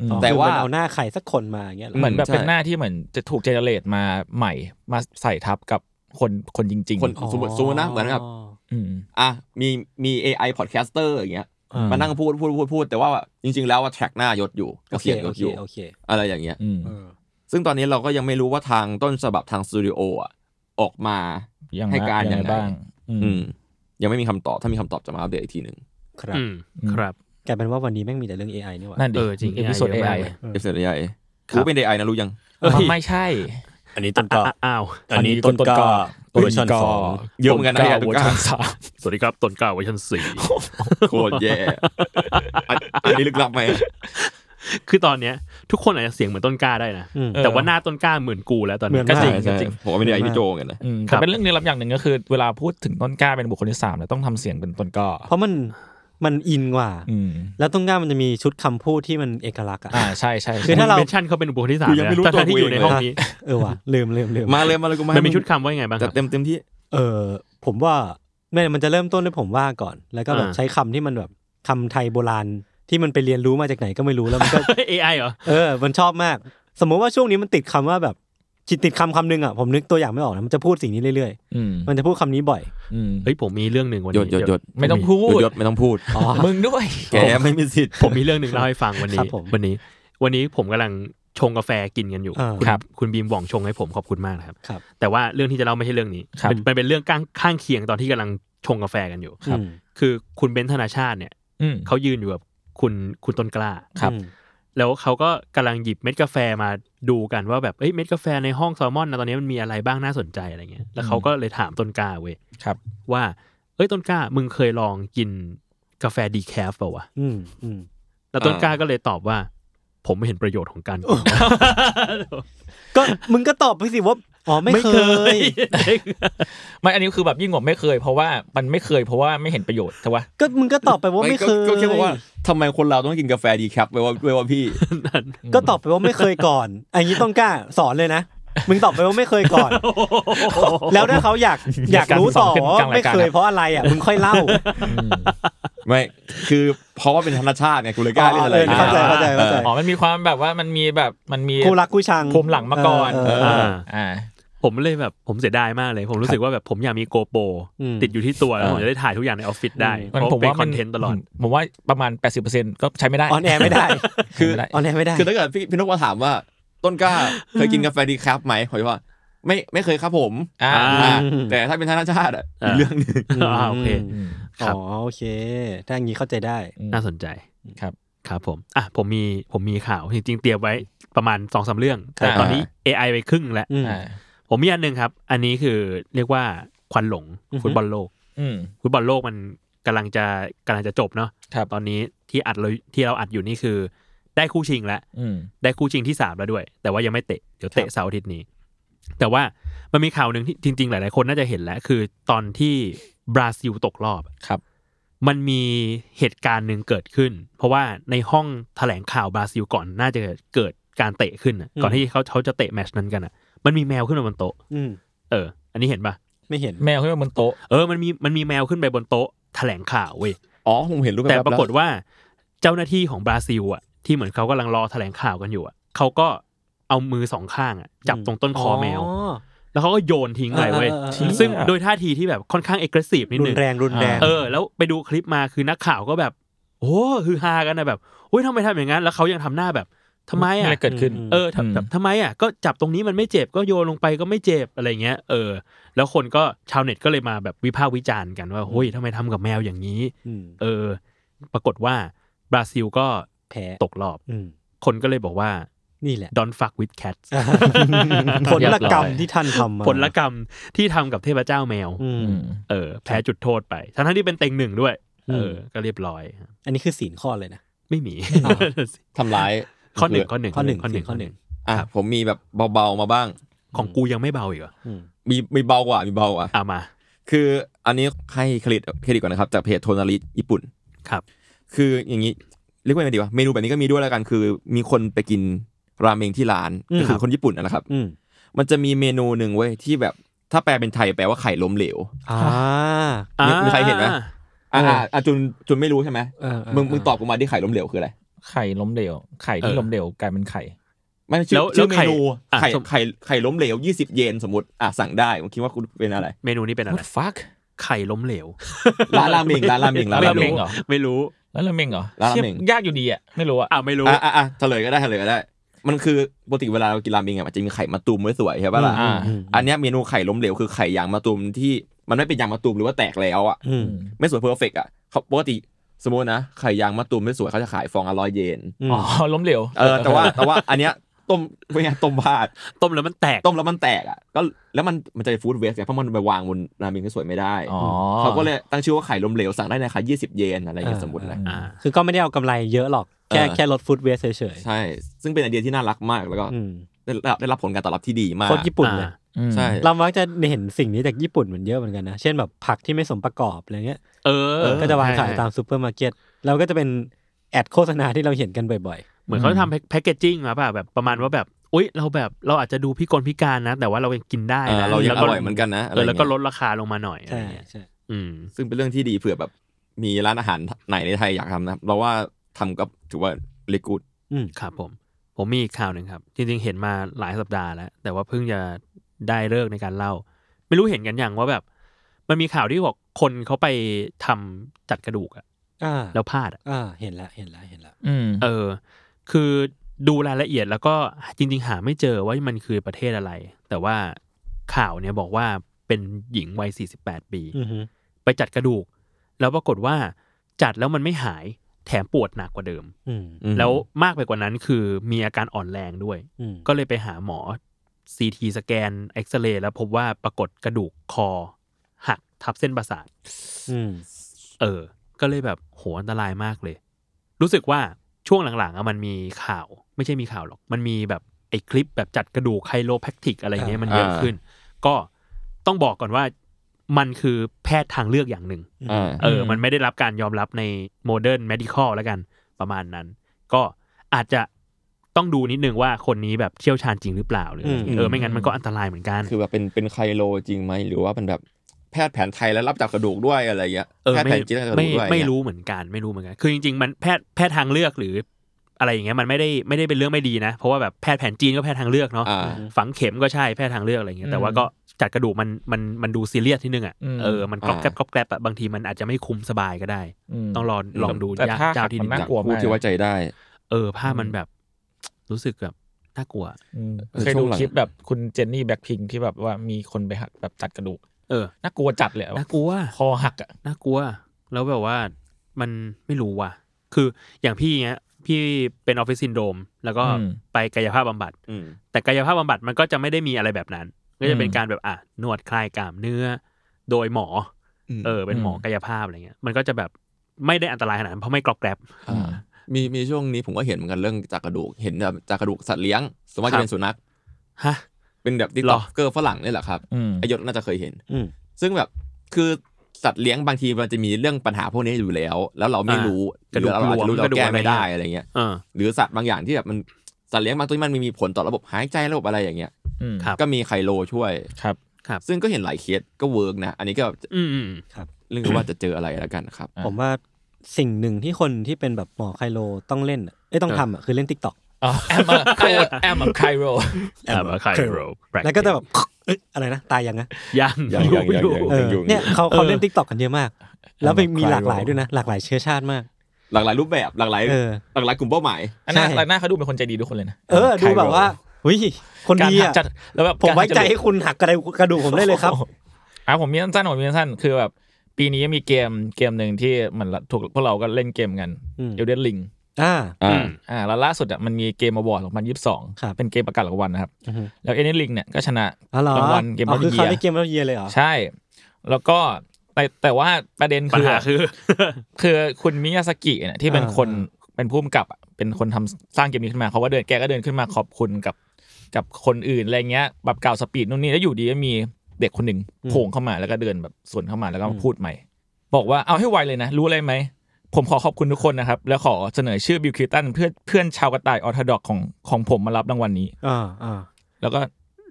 Speaker 6: อืม
Speaker 5: แต่ว่า
Speaker 2: คือมันเอาหน้าใครสักคนมาอย่างเงี้ยร
Speaker 6: เหมือนแบบ
Speaker 5: ใช่
Speaker 6: เป็นหน้าที่เหมือนจะถูกเจเนเรตมาใหม่มาใส่ทับกับคนคนจริง ๆ
Speaker 5: คนสมมติสมมตินะเหมือนกับ
Speaker 6: อืม
Speaker 5: อ่ะมีมี AI podcaster อย่างเงี้ย
Speaker 6: อืม
Speaker 5: มานั่งพูดพูดพูดพูด แต่ว่าจริง ๆ แล้วว่าแทร็กหน้ายศอยู่ก็
Speaker 2: โอเค
Speaker 5: เขียนย
Speaker 2: โอ
Speaker 5: ศ
Speaker 2: เค
Speaker 5: อยู่
Speaker 2: โอเค
Speaker 5: อะไรอย่างเงี้ย
Speaker 6: อืม
Speaker 2: เออ
Speaker 5: ซึ่งตอนนี้เราก็ยังไม่รู้ว่าทางต้นฉบับทางสตูดิโออ่ะออกมา
Speaker 6: ยังไง
Speaker 5: ให้การ
Speaker 6: ยัง
Speaker 5: ยัง
Speaker 6: ไง
Speaker 5: ไง
Speaker 6: บ้าง อื
Speaker 5: อื
Speaker 6: ม
Speaker 5: ม ยังไม่มีคำตอบถ้ามีคำตอบจะมาอัปเดตอีกทีหนึ่ง
Speaker 2: ครับ
Speaker 4: อืมครับ
Speaker 2: กลายเป็นว่าวันนี้แม่งมีแต่เรื่อง AI นี่หว่า
Speaker 6: นั่นดิ
Speaker 4: เออจริง
Speaker 6: เอพิโซด
Speaker 4: AI เยอะมาก
Speaker 6: AI
Speaker 4: เลย
Speaker 5: เอฟเซอร์ไอ
Speaker 4: ครับ
Speaker 5: รู้เป็น AI นะรู้ยัง
Speaker 6: มันไม่ใช่
Speaker 7: อันนี้ต้นกล้า
Speaker 4: อ่ะอ้าว
Speaker 7: อันนี้ต้นกล้าเวอร์ชันสอง
Speaker 5: เยอะเหมือนกันนะ
Speaker 6: ต้
Speaker 5: ไอ้
Speaker 6: ล้า
Speaker 5: อัน
Speaker 6: เวอ
Speaker 5: ต้น
Speaker 6: ร์
Speaker 5: ก
Speaker 6: ชั
Speaker 5: ล้าน
Speaker 6: สาม
Speaker 4: สวัสดีครับต้นกล้าเวอร์ชันสี่
Speaker 5: โคตรแย่อันอันนี้ลึกลับไหม
Speaker 4: คือตอนเนี้ย ทุกคนอาจจะเสียงเหมือนต้นกล้าได้นะ
Speaker 2: อืม
Speaker 4: แต่ว่าหน้าต้นกล้าเหมือนกูแล้วตอน
Speaker 2: เหมื
Speaker 4: นี้
Speaker 2: อน
Speaker 6: ก็
Speaker 2: มาก
Speaker 6: จริง
Speaker 5: ใช่
Speaker 6: จริง
Speaker 5: ผมก็ไม่ได้ไอพี่โจเหมือนกันนะ
Speaker 6: อืม
Speaker 4: ครั
Speaker 6: แต่
Speaker 4: บ
Speaker 6: เป็นเรื่องลึกลับอย่างหนึ่งก็คือ เวลาพูดถึงต้นกล้าเป็นบุคคลที่สามแล้วต้องทำเสียงเป็นต้นกล้า
Speaker 2: เพราะมันมันอินกว่า
Speaker 6: อืม
Speaker 2: แล้วต้นกล้ามันจะมีชุดคำพูดที่มันเอกลักษณ์อ่ะ
Speaker 6: อ่าใช่ใช่ใช่
Speaker 2: คือถ้าเรา
Speaker 4: เมนชั่นเขาเป็นบุคคลที่สาม
Speaker 5: กูยังไม่รู้
Speaker 4: แล้ว
Speaker 5: ตัว
Speaker 4: ทั้งๆที่อยู่ใน
Speaker 5: กูเอง
Speaker 4: ห้องนี้
Speaker 2: เออว่ะลืมลืมลืม
Speaker 5: มาเลยมาเลยกูมา
Speaker 4: มัน
Speaker 5: ให้
Speaker 4: มีชุดคำว่ายังไงบ้างค
Speaker 5: จั
Speaker 4: รั
Speaker 5: ด
Speaker 4: บ
Speaker 5: เต็มเต็มที่
Speaker 2: เออผมว่าไม่มันจะเริ่มต้นด้วยผมว่าก่อน แล้วก็แบบ
Speaker 4: อ่า
Speaker 2: ใช้คำที่มันแบบคำไทยโบราณที่มันไปเรียนรู้มาจากไหนก็ไม่รู้แล้วมันก็
Speaker 4: AI เหรอ
Speaker 2: เออ มันชอบมาก สมมุติว่าช่วงนี้มันติดคำว่าแบบจิตติดคำคำหนึงอ่ะผมนึกตัวอย่างไม่ออกนะมันจะพูดสิ่งนี้เรื่อย
Speaker 6: อืม
Speaker 2: ๆ มันจะพูดคำนี้บ่อย
Speaker 6: อืม
Speaker 4: เฮ้ยผมมีเรื่องหนึ่งวันนี้
Speaker 5: หยดหยดหยด
Speaker 4: เว
Speaker 6: ไม่ต้อง
Speaker 4: ผ
Speaker 6: พูด
Speaker 5: ยศไม่ต้องพูด
Speaker 6: มึงด้วย
Speaker 5: แกไม่มีสิทธิ์
Speaker 4: ผมมีเรื่องหนึ่งเล่าให้ฟังวัน
Speaker 2: ครั
Speaker 4: นี้
Speaker 2: บผม
Speaker 4: วันนี้ วันนี้ผมกำลังชงกาแฟกินกันอยู่
Speaker 2: อ่า
Speaker 4: คุณ
Speaker 6: ครับ
Speaker 4: คุณบีมหว่องชงให้ผมขอบคุณมากนะครับ
Speaker 2: ครับ
Speaker 4: แต่ว่าเรื่องที่จะเล่าไม่ใช่เรื่องนี้
Speaker 6: ครับ
Speaker 4: มันมันเป็นเรื่องข้างข้างเคียงตอนที่กำลังชงกาแฟกันอยู่
Speaker 2: อืม
Speaker 4: คือคุณเบนซ์ธนาชาติเนี่ย
Speaker 6: อืม
Speaker 4: เขายืนอยู่กับคุณคุณต้นกล้า
Speaker 6: ครับ
Speaker 2: อืม
Speaker 4: แล้วเขาก็กำลังหยิบเม็ดกาแฟมาดูกันว่าแบบเอ้ยเม็ดกาแฟในห้องแซลมอนนะตอนนี้มันมีอะไรบ้างน่าสนใจอะไรเงี้ย แล้วเขาก็เลยถามต้นกล้าเว้ย
Speaker 6: ครับ
Speaker 4: ว่าเอ้ยต้นกล้ามึงเคยลองกินกาแฟดีแคฟเปล่าวะ
Speaker 2: อืมอืม
Speaker 4: แล้วต้นกล้าก็เลยตอบว่า ผมไม่เห็นประโยชน์ของการกิน
Speaker 2: ก็มึงก็ตอบไปสิว่าอ๋อไม่เคย
Speaker 6: ไม่อันนี้คือแบบยิ่งกว่าไม่เคย เพราะว่ามันไม่เคยเพราะว่าไม่เห็นประโยชน์ใช่ปะ
Speaker 2: ก็มึงก็ตอบไปว่าไม่เคย
Speaker 5: ก็แค่บอกว่าทำไมคนเราต้องกินกาแฟดีแคปไปว่าไปว่าพี่
Speaker 4: นั่น
Speaker 2: ก็ตอบไปว่าไม่เคยก่อนอันนี้ต้องกล้าสอนเลยนะมึงตอบไปว่าไม่เคยก่อน แล้วถ้าเขาอยากอยากรู้ต่อว่าไม่เคยเพราะอะไรอ่ะมึงค่อยเล่า
Speaker 5: ไม่คือเพราะว่าเป็นธรรมชาติไงกูเลยกล้าเรียกอะไร
Speaker 2: อ๋อเออเข้าใจเข้าใจเข้าใจ
Speaker 6: อ๋อ มันมีความแบบว่ามันมีแบบมันมี
Speaker 2: คู่รักคู่ชัง
Speaker 6: ภูมิหลังมาก่อน
Speaker 2: เเ
Speaker 4: อ่า
Speaker 6: อ่า
Speaker 4: ผมเลยแบบผมเสียดายมากเลย ผมรู้สึกว่าแบบผมอยากมีโกโปร
Speaker 2: อืม
Speaker 4: ติดอยู่ที่ตัวแล้ว
Speaker 6: อ่า
Speaker 4: ผมจะได้ถ่ายทุกอย่างในออฟฟิศได้เพ
Speaker 6: มันผ
Speaker 4: ราะ
Speaker 6: ม
Speaker 4: เป็น
Speaker 6: ว่า
Speaker 4: ค
Speaker 6: มั
Speaker 4: อนเทนต์ตลอด
Speaker 6: ผมว่าประมาณ 80%ก็ใช้ไม่ได้
Speaker 2: ออนแอร์ไม่ได้
Speaker 6: คือไม่ได้
Speaker 2: ออนแอร์ไม่ได้
Speaker 5: คือถ้าเกิดพี่พี่นกมาถามว่า ต้นกล้าเคยกินกาแฟดีแคปไหมขอว่า ไม่ไม่เคยครับผม
Speaker 6: อ่า
Speaker 5: อ่าแต่ถ้าเป็นธนชาติอ่ะอีกเรื่องหนึง
Speaker 4: อ่าโอเค
Speaker 6: อืม
Speaker 4: ครับ
Speaker 2: อ๋อโอเค ถ้าอย่างนี้เข้าใจได้
Speaker 4: น่าสนใจ
Speaker 6: ครับ
Speaker 4: ครับผมอ่ะผมมีผมมีข่าวจริงๆเตรียมไว้ประมาณสองสาเรื่องแต่ตอนนี้ AI ไปครึ่งแล้ว
Speaker 2: อืม
Speaker 6: อ่า
Speaker 4: ผมมีอันหนึ่งครับ อันนี้คือเรียกว่าควันหลง
Speaker 2: อือฮึ
Speaker 4: ฟุตบอลโลก
Speaker 6: อืม
Speaker 4: ฟุตบอลโลกมันกำลังจะกำลังจะจบเนาะ
Speaker 6: ครับ
Speaker 4: ตอนนี้ที่อัดเราที่เราอัดอยู่นี่คือ ได้คู่ชิงแล้ว
Speaker 6: อืม
Speaker 4: ได้คู่ชิงที่สามแล้วด้วย แต่ว่ายังไม่เตะ เดี๋ยวเตะเสาร์อาทิตย์นี้ แต่ว่ามันมีข่าวหนึ่งที่จริง ๆ หลาย ๆ คนน่าจะเห็นแล้ว คือตอนที่บราซิลตกรอบอะ
Speaker 6: ครับ
Speaker 4: มันมีเหตุการณ์หนึ่งเกิดขึ้น เพราะว่าในห้องแถลงข่าวบราซิลก่อนน่าจะเกิดการเตะขึ้นอะก่อนที่เขาเขาจะเตะแมตช์นั้นกันอะมันมีแมวขึ้นมาบนโต๊ะ
Speaker 2: อืม
Speaker 4: เออ อันนี้เห็นปะ
Speaker 2: ไม่เห็น
Speaker 6: แมวขึ้นมาบนโต๊ะ
Speaker 4: เออ มันมีมันมีแมวขึ้นไปบนโต๊ะแถลงข่าวเว้ย
Speaker 5: อ๋อผมเห็นรูป
Speaker 4: แต่
Speaker 5: บบ
Speaker 4: ปรากฏ
Speaker 5: แล้ว
Speaker 4: ว่าเจ้าหน้าที่ของบราซิลอ่ะที่เหมือนเขากำลังรอแถลงข่าวกันอยู่อ่ะเขาก็เอามือสองข้างอ่ะจับ
Speaker 2: อืม
Speaker 4: ตรงต้นคอแมว แล้วเขาก็โยนทิ้งไปเว้ย
Speaker 2: เออเออเออ
Speaker 6: ทิ้ง
Speaker 4: ซึ่งโดยท่าทีที่แบบค่อนข้างเอกซ์ซีฟนิด
Speaker 2: รุ
Speaker 4: นึ
Speaker 2: น
Speaker 4: ง
Speaker 2: แรงรุนแรง
Speaker 4: เออแล้วไปดูคลิปมาคือนักข่าวก็แบบโอ้คือฮากันนะแบบโอ้ยทำไมทำอย่างนั้นแล้วเขายังทำหน้าแบบทำไมอ่ะ
Speaker 6: อะไรเกิดขึ้น
Speaker 4: เออทำแบบทำไมอ่ะก็จับตรงนี้มันไม่เจ็บก็โยนลงไปก็ไม่เจ็บอะไรเงี้ยเออ แล้วคนก็ชาวเน็ตก็เลยมาแบบวิพากษ์วิจารณ์กันว่าเฮ้ยทำไมทำกับแมวอย่างนี้
Speaker 2: ม
Speaker 4: เออ ปรากฏว่าบราซิลก็
Speaker 2: แพ้
Speaker 4: ตกรอบ
Speaker 2: อืม
Speaker 4: คนก็เลยบอกว่า
Speaker 2: นี่แหละ
Speaker 4: don't fuck with cats
Speaker 2: ผลกรรมที่ท่านทำมา
Speaker 4: ผลกรรมที่ทำกับเทพเจ้าแมว
Speaker 2: อืม
Speaker 6: อืม
Speaker 4: เออ แพ้จุดโทษไป ทั้งๆที่เป็นเต็งหนึ่งด้วย เออ
Speaker 2: ม
Speaker 4: ก็เรียบร้อยครับ
Speaker 2: อันนี้คือศีลข้อเลยนะ
Speaker 4: ไม่มี
Speaker 2: อ้าว
Speaker 5: ทำร้าย
Speaker 4: ข้อหนึ่งข้อหนึ่ง
Speaker 2: ข้อหนึ่ง
Speaker 4: ข้อหนึ่ง
Speaker 2: ข้อหนึ่ง
Speaker 5: อ่ะผมมีแบบเบาๆมาบ้าง
Speaker 4: ของกูยังไม่เบาอีกเหรอ
Speaker 2: อืม
Speaker 5: มีมีเบากว่ามีเบากว่า
Speaker 4: เอามา
Speaker 5: คืออันนี้ให้เครดิตเครดิตก่อนนะครับ จากเพจโทนาริญี่ปุ่น
Speaker 4: ครับ
Speaker 5: คืออย่างนี้เรียกว่าไงดีวะเมนูแบบนี้ก็มีด้วยแล้วกันคือ มีคนไปกินราเมงที่ร้านก็คือคนญี่ปุ่นนะนะครับ
Speaker 2: อืม
Speaker 5: มันจะมีเมนูหนึ่งเว้ยที่แบบถ้าแปลเป็นไทยแปลว่าไข่ล้มเหลว
Speaker 2: อ่า
Speaker 5: มีมีใครเห็นไหม อ่าอ่าจุนจุนไม่รู้ใช่ไหม
Speaker 2: เออเออ
Speaker 5: มึงมึงตอบกูมาที่ไข่ล้มเหลวคืออะไร
Speaker 6: ไข่ล้มเหลว ไข่ที่ล้มเหลวกลายเป็นไข่
Speaker 5: ไม่ชื่อ
Speaker 4: แล้ว
Speaker 5: ชื่อ
Speaker 4: แล้ว
Speaker 5: เม
Speaker 4: ไข่
Speaker 5: นู
Speaker 4: อ่ะ
Speaker 5: ไข่
Speaker 4: สม
Speaker 5: ไข่ไข่ล้มเหลว 20 เยนสมมติอ่ะสั่งได้มึงคิดว่าคุณเป็นอะไร
Speaker 4: เมนูนี้เป็นอะไร
Speaker 6: What the fuck
Speaker 4: ไข่ล้มเหลว
Speaker 5: ร้านราเมงร้านราเมงร้าน
Speaker 6: รา
Speaker 5: ราเม
Speaker 6: เม
Speaker 5: ง
Speaker 6: งเหรอ
Speaker 4: ไม่รู้
Speaker 6: แล้วราเมงเหรอ
Speaker 5: แล้วราเมง
Speaker 6: เชี่ยยากอยู่ดีอ่ะ ไม่รู้อ่ะ
Speaker 4: อ่าไม่รู้
Speaker 5: อ่ะอ่ะอ่ะเฉลยก็ได้เฉลยก็ได้ มันคือปกติเวลาเรากินราเมงอ่ะมันจะมีไข่มะตูมไว้สวยใช่ป่ะล่ะ
Speaker 6: อืม
Speaker 5: อ่ะอันเนี้ยเมนูไข่ล้มเหลวคือไข่ยางมะตูมที่มันไม่เป็นยางมะตูมหรือว่าแตกแล้วอ่ะ
Speaker 2: อืม
Speaker 5: ไม่สวยเพอร์เฟกอ่ะเขาปกติสมมตินะไข่ยางมะตูมไม่สวยเขาจะขายฟองละร้อยเยน
Speaker 2: อืม
Speaker 6: อ๋อ ล้มเหลว
Speaker 5: เออแต่ว่าแต่ว่าอันเนี้ยต้มเป็นไงต้มพลาด
Speaker 4: ต้มแล้วมันแตก
Speaker 5: ต้มแล้วมันแตกอ่ะก็แล้วมันมันจะฟู้ดเวสไงเพราะมันไปวางบนราเมงที่สวยไม่ได้
Speaker 6: อ๋อ
Speaker 5: เขาก็เลยตั้งชื่อว่าไข่ล้มเหลวสั่งได้ในราคา20 เยนอะไรอย่างเงี้ย
Speaker 2: อ่า
Speaker 5: สมมตินะ
Speaker 4: อ่า
Speaker 2: คือก็ไม่ได้เอากำไรเยอะหรอก แค่
Speaker 5: เออ
Speaker 2: แค่ลดฟูดเวสเฉย
Speaker 5: ใช่ ซึ่งเป็นไอเดียที่น่ารักมากแล้วก็
Speaker 2: ๆอืม
Speaker 5: ได้รับได้รับผลการตอบรับที่ดีมาก
Speaker 2: คนญี่ปุ่นเลย
Speaker 4: อ่า
Speaker 6: อืม
Speaker 5: ใช่
Speaker 2: เรามักจะเห็นสิ่งนี้จากญี่ปุ่นเหมือนเยอะเหมือนกันนะ เช่นแบบผักที่ไม่สมประกอบอะไรเงี้ย
Speaker 4: เออ
Speaker 2: ก็จะวางขาย
Speaker 4: ใช่
Speaker 2: ตามซูเปอร์มาร์เก็ตแล้วก็จะเป็นแอดโฆษณาที่เราเห็นกันบ่อย
Speaker 4: เหมือนเขาทำแพ็คแพ็กเกจจิ้งมาป่ะแบบประมาณว่าแบบอุ๊ยเราแบบเราอาจจะดูพิกลพิการนะ แต่ว่าเรายังกินได้
Speaker 5: อ่า
Speaker 4: นะ
Speaker 5: เรายัง
Speaker 4: แล้วก็
Speaker 5: อร่อยเหมือนกันนะ
Speaker 4: เออแล้วก็
Speaker 5: อะ
Speaker 4: ล
Speaker 5: ไร
Speaker 4: ด
Speaker 5: เงี้ย
Speaker 4: ราคาลงมาหน่อย
Speaker 2: ๆ
Speaker 4: อะไร
Speaker 2: ใช่
Speaker 4: เงี้ย
Speaker 2: ใช่
Speaker 4: อืม
Speaker 5: ซึ่งเป็นเรื่องที่ดีเผื่อแบบมีร้านอาหารไหนในไทยอยากทำนะครับเราว่าทำก็ถือว่าเลกูด
Speaker 4: ครับผม ผมมีอีกข่าวหนึ่งครับ จริงๆเห็นมาหลายสัปดาห์แล้ว แต่ว่าเพิ่งจะได้เลิกษ์ในการเล่า ไม่รู้เห็นกันอย่างว่าแบบ มันมีข่าวที่บอกคนเขาไปทำจัดกระดูกอะ
Speaker 2: อ่า
Speaker 4: แล้วพลาดอะ
Speaker 2: อ่าเห็นละเห็นละเห็นละ
Speaker 6: อืม
Speaker 4: เออ คือดูรายละเอียดแล้วก็จริง ๆ หาไม่เจอว่ามันคือประเทศอะไร แต่ว่าข่าวเนี่ยบอกว่าเป็นหญิงวัย 48 ปี
Speaker 2: อือฮึ
Speaker 4: ไปจัดกระดูก แล้วปรากฏว่าจัดแล้วมันไม่หายแถมปวดหนักกว่าเดิม
Speaker 2: อืม
Speaker 4: แล้วมากไปกว่านั้นคือมีอาการอ่อนแรงด้วย
Speaker 2: อืม
Speaker 4: ก็เลยไปหาหมอซีทีสแกนเอ็กซเรย์แล้วพบว่าปรากฏกระดูกคอ หักทับเส้นประสาท
Speaker 2: อืม
Speaker 4: เออ ก็เลยแบบโหอันตรายมากเลย รู้สึกว่าช่วงหลังๆอะมันมีข่าว ไม่ใช่มีข่าวหรอก มันมีแบบไอ้คลิปแบบจัดกระดูกไคโรแพคติกอะไรเงี้ยมันเยอะขึ้น ก็ต้องบอกก่อนว่ามันคือแพทย์ทางเลือกอย่างหนึ่ง
Speaker 5: อ่า
Speaker 4: เออ มันไม่ได้รับการยอมรับในโมเดิร์น i c ดิคอลแล้วกันประมาณนั้น ก็อาจจะต้องดูนิดนึงว่าคนนี้แบบเชี่ยวชาญจริงหรือเปล่าหรืออะไรเงี้ยเออไม่งั้นมันก็อันตรายเหมือนกัน
Speaker 5: คือแบบเป็นเป็นไคโลจริงไหมหรือว่าเป็นแบบแพทย์แผนไทยแล้วรับจากกระดูกด้วยอะไรเงี้ย
Speaker 4: เออ
Speaker 5: แพทย์
Speaker 4: ไม่
Speaker 5: แผนจีนรับจากกระ
Speaker 4: ไม่
Speaker 5: ดูกด้วย
Speaker 4: ไม่
Speaker 5: เงี้ย
Speaker 4: รู้เหมือนกันไม่รู้เหมือนกัน คือจริงๆ มันแพทย์แพทย์ทางเลือกหรือ อะไรอย่างเงี้ยมันไม่ได้ไม่ได้เป็นเรื่องไม่ดีนะ เพราะว่าแบบแพทย์แผนจีนก็แพทย์ทางเลือกเนาะ
Speaker 5: อ่า
Speaker 4: ฝังเข็มก็ใช่แพทย์ทางเลือกอะไรเงี้ยแต่ว่าก็จัดกระดูกมันมันมันดูซีเรียสนิดนึงอ่ะเออมันกรอบแกรบกรอบแกรบอะบางทีมันอาจจะไม่คุมสบายก็ได้
Speaker 6: ม
Speaker 4: ต้องลองลองดู
Speaker 6: แต่
Speaker 4: ยาก
Speaker 6: ถ้า
Speaker 4: เจ้าที่
Speaker 6: ขัดมัน
Speaker 4: ดี
Speaker 6: น่ากลัว
Speaker 5: พูดที่ไว้ใจได้
Speaker 4: เออภาพมันแบบ รู้สึกแบบ น่ากลัว
Speaker 6: อืม
Speaker 5: เออ
Speaker 6: เคย
Speaker 5: ช่
Speaker 6: ดู
Speaker 5: วงหลัง
Speaker 6: คลิปแบบคุณเจนนี่แบ็คพิงที่แบบว่ามีคนไปหักแบบตัดกระดูก
Speaker 4: เออ
Speaker 6: น่ากลัวจัดเลยอะ
Speaker 4: น่ากลัว
Speaker 6: คอหักอ่ะ
Speaker 4: น่ากลัว แล้วแบบว่ามันไม่รู้ว่ะ คืออย่างพี่เนี้ย พี่เป็นออฟฟิศซินโดรมแล้วก็
Speaker 6: อืม
Speaker 4: ไปกายภาพบำบัด
Speaker 5: อืม
Speaker 4: แต่กายภาพบำบัดมันก็จะไม่ได้มีอะไรแบบนั้น ก็จะเป็น
Speaker 6: อืม
Speaker 4: การแบบอ่ะนวดคลายกล้ามเนื้อ โดยหมออ
Speaker 5: ม
Speaker 4: เออ เป็นหมอ
Speaker 6: อืม
Speaker 4: กายภาพอะไรเงี้ย มันก็จะแบบไม่ได้อันตรายขนาดนั้นเพราะไม่กรอกแกรบ
Speaker 5: อ่ามีมีช่วงนี้ผมก็เห็นเหมือนกันเรื่องจากกระดูกเห็นแบบจากกระดูกสัตว์เลี้ยงสมมติ
Speaker 4: ครับ
Speaker 5: จะเป็นสุนัข
Speaker 4: ฮะ
Speaker 5: เป็นแบบติ๊ก
Speaker 4: หร
Speaker 5: ต็
Speaker 4: อ
Speaker 5: อกเกอร์ฝรั่งนี่แหละครับ
Speaker 6: อืม
Speaker 5: ไอยศน่าจะเคยเห็น
Speaker 2: อืม
Speaker 5: ซึ่งแบบคือสัตว์เลี้ยงบางทีมันจะมีเรื่องปัญหาพวกนี้อยู่แล้ว แล้วเราไม่รู้
Speaker 4: อ่ากระดูก
Speaker 5: หอเราอาจจะรู้
Speaker 4: หลวม
Speaker 5: เราแก้ไม่ได้
Speaker 4: กระดูกอะไร
Speaker 5: อะไรเงี้ย
Speaker 4: เออ
Speaker 5: หรือสัตว์บางอย่างที่แบบมันสัตว์เลี้ยงบางตัวมันมีผลต่อระบบหายใจระบบอะไรอย่างเงี้ย
Speaker 6: อืม
Speaker 4: ครับ
Speaker 5: ก็มีไคโลช่วย
Speaker 6: ครับ
Speaker 5: ซึ่งก็เห็นหลายเคสก็เวิร์กนะ อันนี้ก็
Speaker 4: อืมอืม
Speaker 5: เรื่องว่าจะเจออะไรแล้วกันครับ
Speaker 6: อ่ะ
Speaker 2: ผมว่าสิ่งหนึ่งที่คนที่เป็นแบบหมอไคโลต้องเล่นอะเอ้ยต้องทำอ่ะคือเล่นติ๊กต็อก
Speaker 6: อ๋อแอมโคตรแอมไคโร
Speaker 4: I'm a Cairo
Speaker 2: แล้วก็จะแบบ เอ้ยอะไรนะตายยังนะ
Speaker 4: ยัง
Speaker 5: ยัง
Speaker 4: อยู่
Speaker 5: ยัง
Speaker 4: อยู่
Speaker 5: ยัง
Speaker 2: เออ
Speaker 5: ยุ่งๆ
Speaker 2: เนี่ยเขาเขาเล่นติ๊กต็อกกันเยอะมาก แล้วมันมีหลากหลายด้วยนะ หลากหลายเชื้อชาติมาก
Speaker 5: หลากหลายรูปแบบหลากหลาย
Speaker 2: เออ
Speaker 5: หลากหลายกลุ่มเป้าหมาย
Speaker 6: อันหน้า
Speaker 2: ใช่
Speaker 6: หน้าเขาดูเป็นคนใจดีทุกคนเลยนะ
Speaker 2: เออ ดูแบบว่าวิคน
Speaker 6: การ
Speaker 2: ดี
Speaker 6: หั
Speaker 2: อ่ะ
Speaker 6: กจัดแล้วแบบ
Speaker 2: ผม
Speaker 6: การ
Speaker 2: ไว้
Speaker 6: หัก
Speaker 2: ใจ
Speaker 6: ด
Speaker 2: ให้คุณหักกระดูกกระดูกผมได้เลยครับ
Speaker 6: อ่ะผมมีสั้นๆผมมีสั้นๆคือแบบปีนี้มีเกมเกมหนึ่งที่เหมือนละถูกพวกเราก็เล่นเกมกัน
Speaker 2: อืม
Speaker 6: เอลเดนลิง
Speaker 2: อ่า
Speaker 5: อ่า
Speaker 4: อืม
Speaker 6: อ่าแล้วล่าสุดอ่ะมันมีเกมอวอร์ดของมันยี่สิบสอง
Speaker 2: ครับ
Speaker 6: เป็นเกมประกาศรางวัลนะครับ
Speaker 2: อือฮึ
Speaker 6: แล้วเอเดนลิงเนี่ยก็ชนะ
Speaker 2: อ๋อเหรอ
Speaker 6: รางวัลเกม
Speaker 2: อ๋อ
Speaker 6: ออฟ
Speaker 2: คือ
Speaker 6: เดี
Speaker 2: เขา
Speaker 6: ย
Speaker 2: ได้เกมเราเยียเลยเหรอ
Speaker 6: ใช่ แล้วก็แต่แต่ว่าประเด็น
Speaker 4: ปัญ
Speaker 6: คือ
Speaker 4: หาคือ
Speaker 6: คือคุณมิยาสกิเนี่ยที่เป็นคนเป็นผู้กำกับอะเป็นคนทำสร้างเกมนี้ขึ้นมาเขาว่าเดินแกก็เดินขึ้นมาขอบคุณกับกับคนอื่นอะไรเงี้ยแบบกล่าวสปีดนู่นนี่แล้วอยู่ดีก็มีเด็กคนหนึ่งโผงเข้ามาแล้วก็เดินแบบสวนเข้ามาแล้วก็มาพูดใหม่ บอกว่าเอาให้ไวเลยนะ รู้อะไรไหม ผมขอขอบคุณทุกคนนะครับ แล้วขอเสนอชื่อบิลคิวตันเพื่อนเพื่อนชาวกระต่ายออร์ทดอกของของผมมารับรางวัลนี้
Speaker 2: อ่าอ่า
Speaker 6: แล้วก็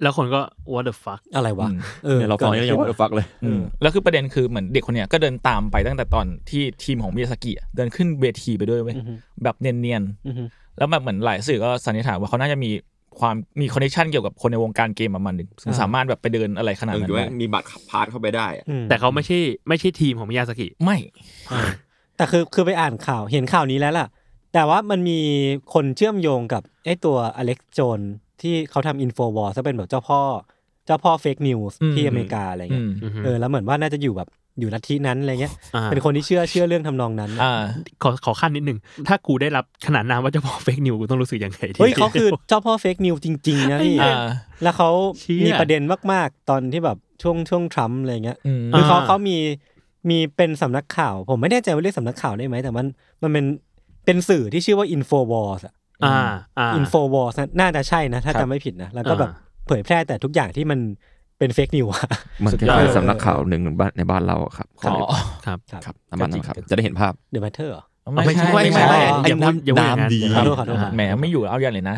Speaker 4: แล้วคนก็ what the fuck
Speaker 2: อะไรวะเออ
Speaker 7: เนี่ยเราฟัง
Speaker 2: กิด
Speaker 7: แล้ว
Speaker 2: อะไร
Speaker 7: ยัง
Speaker 2: ขึ้น
Speaker 7: ว่าฟักเลย
Speaker 6: อืมแล้วคือประเด็นคือเหมือนเด็กคนเนี้ยก็เดินตามไปตั้งแต่ตอนที่ทีมของมิยาสกิอะเดินขึ้นเวทีไปด้วยเว้ย
Speaker 2: อือฮึ
Speaker 6: แบบเนียนๆ
Speaker 2: อือฮึ
Speaker 6: แล้วแบบเหมือนหลายสื่อก็สันนิษฐานว่าเขาน่าจะมีความมีคอนเนคชันเกี่ยวกับคนในวงการเกมประมาณหนึ่งซึ่งสามารถแบบไปเดินอะไรขนาด
Speaker 5: ห
Speaker 6: นั้
Speaker 5: รื
Speaker 6: น
Speaker 5: อว่า
Speaker 6: ได้
Speaker 5: มีบัตรพาสเข้าไปได้อะ
Speaker 2: อืม
Speaker 4: แต่เขาไม่ใช่ไม่ใช่ทีมของมิยาสกิ
Speaker 6: ไม่
Speaker 2: แต่คือคือไปอ่านข่าวเห็นข่าวนี้แล้วล่ะ แต่ว่ามันมีคนเชื่อมโยงกับไอ้ตัวอเล็กโจนที่เขาทำอินโฟวอร์ซะเป็นแบบเจ้าพ่อ เจ้าพ่อเฟกนิวส์ที่อเมริกาอะไร
Speaker 6: อื
Speaker 2: เงี้ย
Speaker 6: ม
Speaker 4: อือฮึ
Speaker 2: เออแล้วเหมือนว่าน่าจะอยู่แบบอยู่ลัทธินั้นอะไรเงี้ย
Speaker 4: อ่า
Speaker 2: เป็นคนที่เชื่อเชื่อเรื่องทำนองนั้น
Speaker 6: อ่า
Speaker 4: ขอขอขั้นนิดนึง ถ้ากูได้รับขนาดนามว่าเจะบอกเฟกนิวกูต้องรู้สึกยังไงดี
Speaker 2: เฮ้ยเขาคือเจ้าพ่อเฟกนิวส์จริง ๆ นะพี่
Speaker 6: อ่า
Speaker 2: แล้วเขา
Speaker 4: เชี่ย
Speaker 2: มีประเด็นมากๆ ตอนที่แบบช่วงช่วงทรัมป์อะไรเงี้ย
Speaker 6: อืม
Speaker 2: คือเขา
Speaker 4: อ่า
Speaker 2: เขามีมีเป็นสำนักข่าว ผมไม่แน่ใจว่าเรียกสำนักข่าวได้ไหมแต่มันมันเป็นเป็นสื่อที่ชื่อว่า Infowars อะ
Speaker 4: อ่าอ่า
Speaker 2: Infowars น่ะน่าจะใช่นะ ถ้า
Speaker 6: ครับ
Speaker 2: จำไม่ผิดนะ แล้วก็แบบ
Speaker 4: อ่า
Speaker 2: เผยแพร่แต่ทุกอย่างที่มันเป็นเฟกนิวอะ
Speaker 5: มัน
Speaker 6: สุด
Speaker 5: คือย
Speaker 6: อด
Speaker 5: สำนักข่าวหนึ่งในบ้านในบ้านเราอะครับ
Speaker 6: ขอ
Speaker 4: ครับ
Speaker 2: ครับ
Speaker 5: ครับประมาณนั้นครับ จะได้เห็นภาพ
Speaker 2: เดอะแมทเทอร์
Speaker 6: ไม่ใช่
Speaker 5: ไม่
Speaker 6: ไม่
Speaker 5: ใช่
Speaker 6: ใช่
Speaker 5: ไม่ใช่
Speaker 4: อย่าพูดอย่าพูดอย่างนั้
Speaker 2: ขอ
Speaker 4: น
Speaker 2: โทษขอโทษ
Speaker 4: อ่า
Speaker 6: แหมไม่อยู่เอายันเลยนะ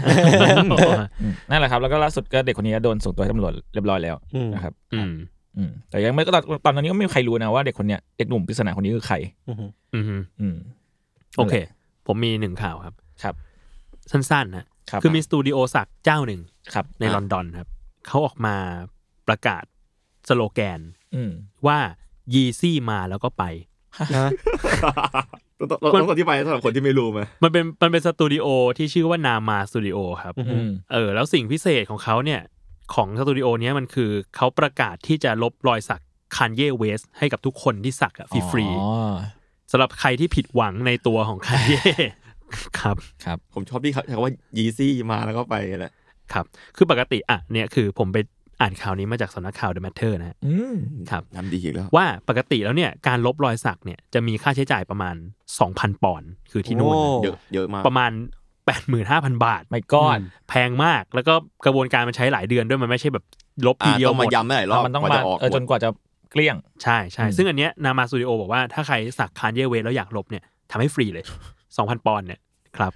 Speaker 6: อืมนั่นแหละครับ แล้วก็ล่าสุดก็เด็กคนนี้ก็โดนส่งตัวให้ตำรวจเรียบร้อยแล้ว
Speaker 2: อืม
Speaker 6: นะครับ
Speaker 4: อืม
Speaker 6: อืมแต่ยังไม่ก็ตอนตอนนี้ก็ไม่มีใครรู้นะว่าเด็กคนเนี้ยเด็กหนุ่มปริศนาคนนี้คือใคร
Speaker 2: อือหือ
Speaker 4: อืม
Speaker 6: อืม
Speaker 4: โอเค ผมมีหนึ่งข่าวครับ
Speaker 6: ครับ
Speaker 4: สั้นๆนะครับ คือมีสตูดิโอสักเจ้าหนึ่ง
Speaker 6: ครับ
Speaker 4: ในลอนดอนครับ เขาออกมาประกาศสโลแกน
Speaker 6: อืม
Speaker 4: ว่ายีซี่มาแล้วก็ไป
Speaker 2: นะ
Speaker 5: เราต้องอธิบายสำหรับคนที่ไม่รู้ไหม
Speaker 4: มันเป็นมันเป็นสตูดิโอที่ชื่อว่านามาสตูดิโอครับ
Speaker 2: อือฮึ
Speaker 6: อืม
Speaker 4: เออแล้วสิ่งพิเศษของเขาเนี่ยของสตูดิโอเนี้ยมันคือเขาประกาศที่จะลบรอยสักค a นเยเวสให้กับทุกคนที่สักอะฟรีฟรีๆ
Speaker 6: อ๋อ
Speaker 4: สำหรับใครที่ผิดหวังในตัว ของค a นเย ครับ
Speaker 6: ครับ
Speaker 5: ผมชอบที่เขาใช้คำว่ายีซี่มาแล้วก็ไปแหละ
Speaker 4: ครับ คือปกติอ่ะเนี่ยคือผมไปอ่านข่าวนี้มาจากสำนักข่าว The Matter นะฮะ
Speaker 6: อืม
Speaker 4: ครับ
Speaker 5: น้ำดีอีกแล้ว
Speaker 4: ว่าปกติแล้วเนี่ยการลบรอยสักเนี่ยจะมีค่าใช้จ่ายประมาณ 2,000 ปอนด์คือที่นู่น
Speaker 2: โอ้
Speaker 4: นะ
Speaker 5: เยอะเยอะมาก
Speaker 4: ประมาณ 85,000 บาท
Speaker 6: ไม่ก้อน
Speaker 4: แพงมากแล้วก็กระบวนการมันใช้หลายเดือนด้วยมันไม่ใช่แบบลบ
Speaker 5: อ่า
Speaker 4: ทีเดียว
Speaker 5: ต้อง
Speaker 4: หม
Speaker 5: มา
Speaker 4: ด
Speaker 5: ย้ำหลายรอบ
Speaker 6: มันต้อง
Speaker 5: กว่
Speaker 6: มา
Speaker 5: จะออก
Speaker 6: เออจน
Speaker 5: หมด
Speaker 6: กว่าจะเกลี้ยง
Speaker 4: ใช่ใช่
Speaker 6: อืม
Speaker 4: ซึ่งอันเนี้ยนามาสตูดิโอบอกว่าถ้าใครสักคานเยเวแล้วอยากลบเนี่ยทำให้ฟรีเลย 2,000 ปอนด์เนี่ยครับ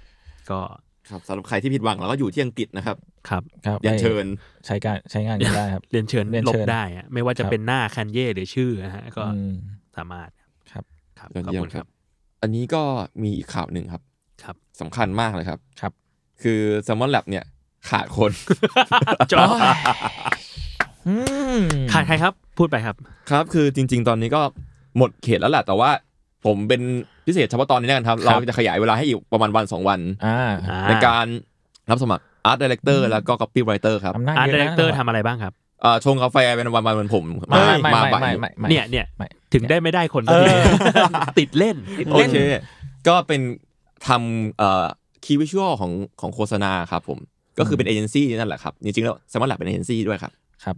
Speaker 4: ก็
Speaker 5: ครับสำหรับใครที่ผิดหวังเราก็อยู่ที่อังกฤษนะครับ
Speaker 4: ครับ
Speaker 6: ครับ
Speaker 5: เรียนเชิญ
Speaker 6: ใช้การใช้งานกันได้ครับ
Speaker 4: เรียนเชิญ
Speaker 6: เรียน
Speaker 4: ล
Speaker 6: เชิ
Speaker 4: บ
Speaker 6: ญ
Speaker 4: ได้อะไม่ว่าจะ
Speaker 6: ครับ
Speaker 4: เป็นหน้าคานเย่หรือชื่อนะฮะก็
Speaker 6: อืม
Speaker 4: สามารถ
Speaker 6: ครับ
Speaker 4: ครับ
Speaker 5: ยอด
Speaker 4: ขอบ
Speaker 5: เยี่ยม
Speaker 4: คุณ
Speaker 5: ค
Speaker 4: ค
Speaker 5: รั
Speaker 4: รับ บ
Speaker 5: อันนี้ก็มีอีกข่าวหนึ่งครับ
Speaker 4: ครับ
Speaker 5: สำคัญมากเลยครับ
Speaker 6: ครับ
Speaker 5: คือแซมมอนแลบเนี่ยขาดคน
Speaker 4: จอร์จ
Speaker 6: อืม
Speaker 4: ขาดใครครับ พูดไปครับ
Speaker 5: ครับ คือจริง ๆ ตอนนี้ก็หมดเขตแล้วแหละแต่ว่าผมเป็นพิเศษเฉพาะตอนนี้แล้วกันครับ เราจะขยายเวลาให้อีกประมาณวันสองวัน
Speaker 6: อ่า
Speaker 4: อ่า
Speaker 5: ในการรับสมัคร อาร์ตดีเลกเตอร์แล้วก็ก๊อปปี้ไรเตอร์ครับ
Speaker 6: ทำหน้า
Speaker 4: อาร์ต
Speaker 6: เย
Speaker 4: ดี
Speaker 6: อะ
Speaker 4: เล
Speaker 6: นะ
Speaker 4: กเตอร์ทำอะไรบ้างครับ
Speaker 5: เอ่อชงกาแฟเป็นวันวันเหมือนผม
Speaker 6: ไม่ไม่ไม่
Speaker 5: บ่าย
Speaker 6: ไม่ไม่ไม่
Speaker 4: เนี่ยเนี่ย
Speaker 6: ไม่
Speaker 4: ถึงได้ไม่ได้คนสักทีติดเล่นติด
Speaker 5: โอ
Speaker 4: เล่น
Speaker 5: เค ก็เป็นทำเอ่อคีย์วิชวลของของโฆษณาครับผม ก็คือเป็นเอเจนซี่นั่นแหละครับ จริงๆ แล้วแซมมอนแลบเป็นเอเจนซี่ด้วยครับ
Speaker 6: ครับ